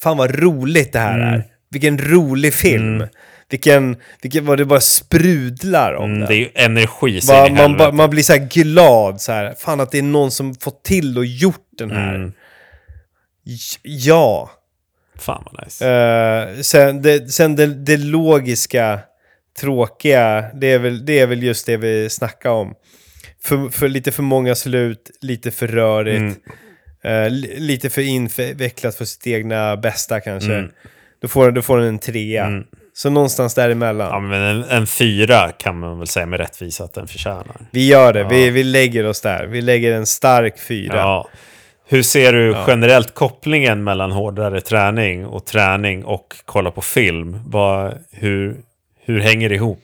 Speaker 1: fan vad roligt det här
Speaker 2: Mm.
Speaker 1: är. Vilken rolig film. Vilken, vilken, vad det bara sprudlar om
Speaker 2: mm,
Speaker 1: den.
Speaker 2: det är ju energi så
Speaker 1: Bara-
Speaker 2: in i
Speaker 1: man, bara-
Speaker 2: helvete.
Speaker 1: man blir så här glad, så här, fan att det är någon som fått till och gjort den här.
Speaker 2: Mm,
Speaker 1: J- Ja.
Speaker 2: fan vad nice.
Speaker 1: Eh, sen det, sen det, det logiska, tråkiga, det är, väl, det är väl just det vi snackar om. För, för lite för många slut, lite för rörigt,
Speaker 2: Mm.
Speaker 1: eh, li- lite för invecklat för sitt egna bästa kanske.
Speaker 2: Mm.
Speaker 1: Då, får, då får den en trea. Så någonstans däremellan.
Speaker 2: Ja, men en, en fyra kan man väl säga med rättvisa att den förtjänar.
Speaker 1: Vi gör det, vi, vi lägger oss där. Vi lägger en stark fyra.
Speaker 2: Ja. Hur ser du generellt kopplingen mellan hårdare träning och träning och kolla på film? Vad, hur, hur hänger det ihop?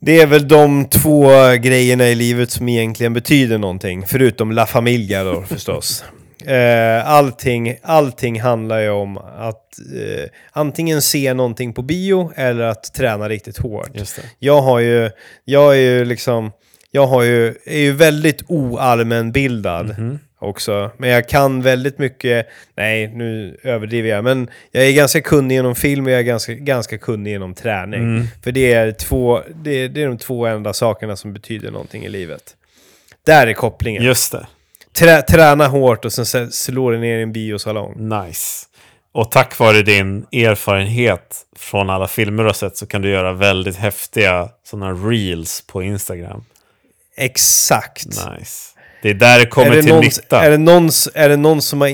Speaker 1: Det är väl de två grejerna i livet som egentligen betyder någonting, förutom La Familia då förstås. Eh, Allting, allting handlar ju om att eh, antingen se någonting på bio eller att träna riktigt hårt.
Speaker 2: Just det.
Speaker 1: Jag har ju, jag är ju liksom, jag har ju, är ju väldigt oallmänbildad
Speaker 2: Mhm.
Speaker 1: också. Men jag kan väldigt mycket, nej nu överdriver jag, men jag är ganska kunnig genom film och jag är ganska, ganska kunnig genom träning.
Speaker 2: Mm.
Speaker 1: För det är, två, det, är, det är de två enda sakerna som betyder någonting i livet. Där är kopplingen.
Speaker 2: Just det.
Speaker 1: Trä, träna hårt och sen så- slå dig ner i en biosalong.
Speaker 2: Nice. Och tack vare din erfarenhet från alla filmer du har sett så kan du göra väldigt häftiga sådana reels på Instagram.
Speaker 1: Exakt.
Speaker 2: Nice. Det är där det kommer
Speaker 1: är, det
Speaker 2: till
Speaker 1: någon,
Speaker 2: nytta.
Speaker 1: är, det någon, är det någon som har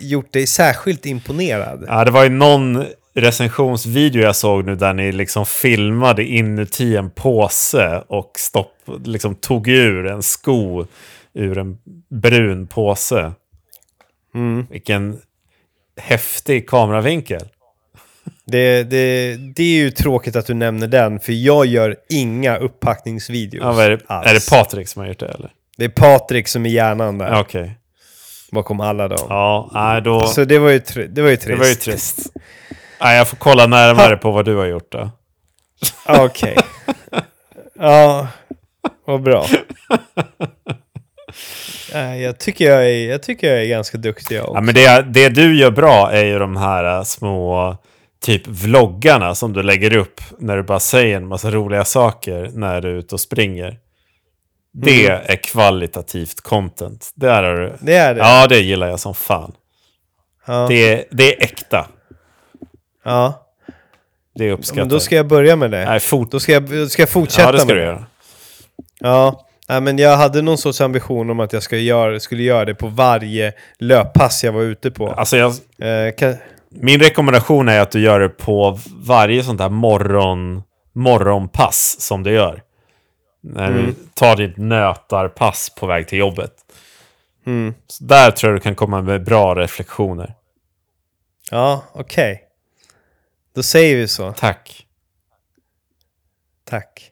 Speaker 1: gjort dig särskilt imponerad?
Speaker 2: Ja, det var ju någon recensionsvideo jag såg nu där ni liksom filmade inuti en påse och stopp, liksom tog ur en sko ur en brun påse. Mm. Vilken häftig kameravinkel.
Speaker 1: Det, det, det är ju tråkigt att du nämner den, för jag gör inga upppackningsvideos
Speaker 2: Ja, vad är, det,
Speaker 1: alls.
Speaker 2: är det Patrik som har gjort det eller?
Speaker 1: Det är Patrik som är hjärnan där,
Speaker 2: Ja, Okej.
Speaker 1: bakom alla dem.
Speaker 2: Ja, nej, då,
Speaker 1: Så det var ju, tr- det var ju trist.
Speaker 2: det var ju trist. Nej, jag får kolla närmare på vad du har gjort då.
Speaker 1: Ja, Ah, Okej. ja, vad bra. Nej, Jag tycker jag, är, jag tycker jag är ganska duktig jag
Speaker 2: Ja,
Speaker 1: också.
Speaker 2: men det, det du gör bra är ju de här äh, små typ vloggarna som du lägger upp när du bara säger en massa roliga saker när du är ute och springer. Det är kvalitativt content. Det är du.
Speaker 1: Mm. Det är det.
Speaker 2: Ja, det gillar jag som fan.
Speaker 1: Ja.
Speaker 2: Det, är, det är äkta.
Speaker 1: Ja.
Speaker 2: Det
Speaker 1: Ja,
Speaker 2: uppskattar
Speaker 1: Men då ska jag börja med det.
Speaker 2: jag. Nej, fot...
Speaker 1: Då ska jag, då ska jag fortsätta
Speaker 2: Ja, det ska
Speaker 1: med
Speaker 2: du göra.
Speaker 1: Ja, nej, men jag hade någon sorts ambition om att jag ska göra, skulle göra det på varje löppass jag var ute på.
Speaker 2: Alltså, jag,
Speaker 1: Eh, kan,
Speaker 2: Min rekommendation är att du gör det på varje sånt här morgon, morgonpass som du gör. När du tar ditt nötarpass på väg till jobbet. Så där tror jag du kan komma med bra reflektioner.
Speaker 1: ja, okej. Då säger vi så.
Speaker 2: Tack.
Speaker 1: Tack.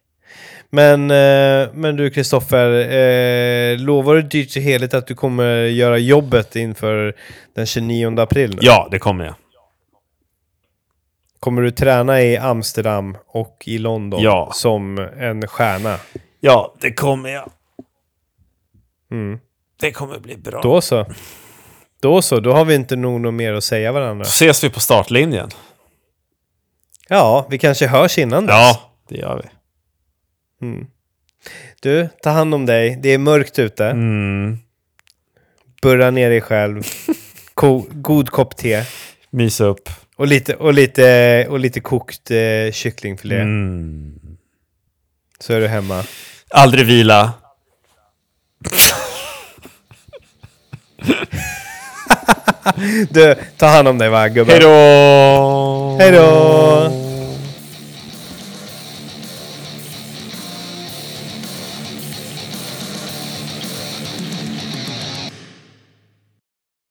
Speaker 1: Men, eh, men du Kristoffer, eh, lovar du dyrt i helhet att du kommer göra jobbet inför den 29 april? nu?
Speaker 2: Ja, det kommer jag.
Speaker 1: Kommer du träna i Amsterdam och i London
Speaker 2: Ja.
Speaker 1: som en stjärna?
Speaker 2: Ja, det kommer jag.
Speaker 1: Mm.
Speaker 2: Det kommer bli bra. Då
Speaker 1: Då så. Då så, då har vi inte nog något mer att säga varandra.
Speaker 2: ses vi på startlinjen.
Speaker 1: Ja, vi kanske hörs innan dess.
Speaker 2: Ja, det gör vi.
Speaker 1: Mm. Du, ta hand om dig. Det är mörkt ute.
Speaker 2: Mm.
Speaker 1: Burra ner dig själv. Ko- god kopp te.
Speaker 2: Mysa upp.
Speaker 1: Och lite, och lite, och lite kokt eh, kycklingfilé.
Speaker 2: Mm.
Speaker 1: Så är du hemma.
Speaker 2: Aldrig vila.
Speaker 1: Du, ta hand om dig va gubben.
Speaker 2: Hej då!
Speaker 1: Hej då!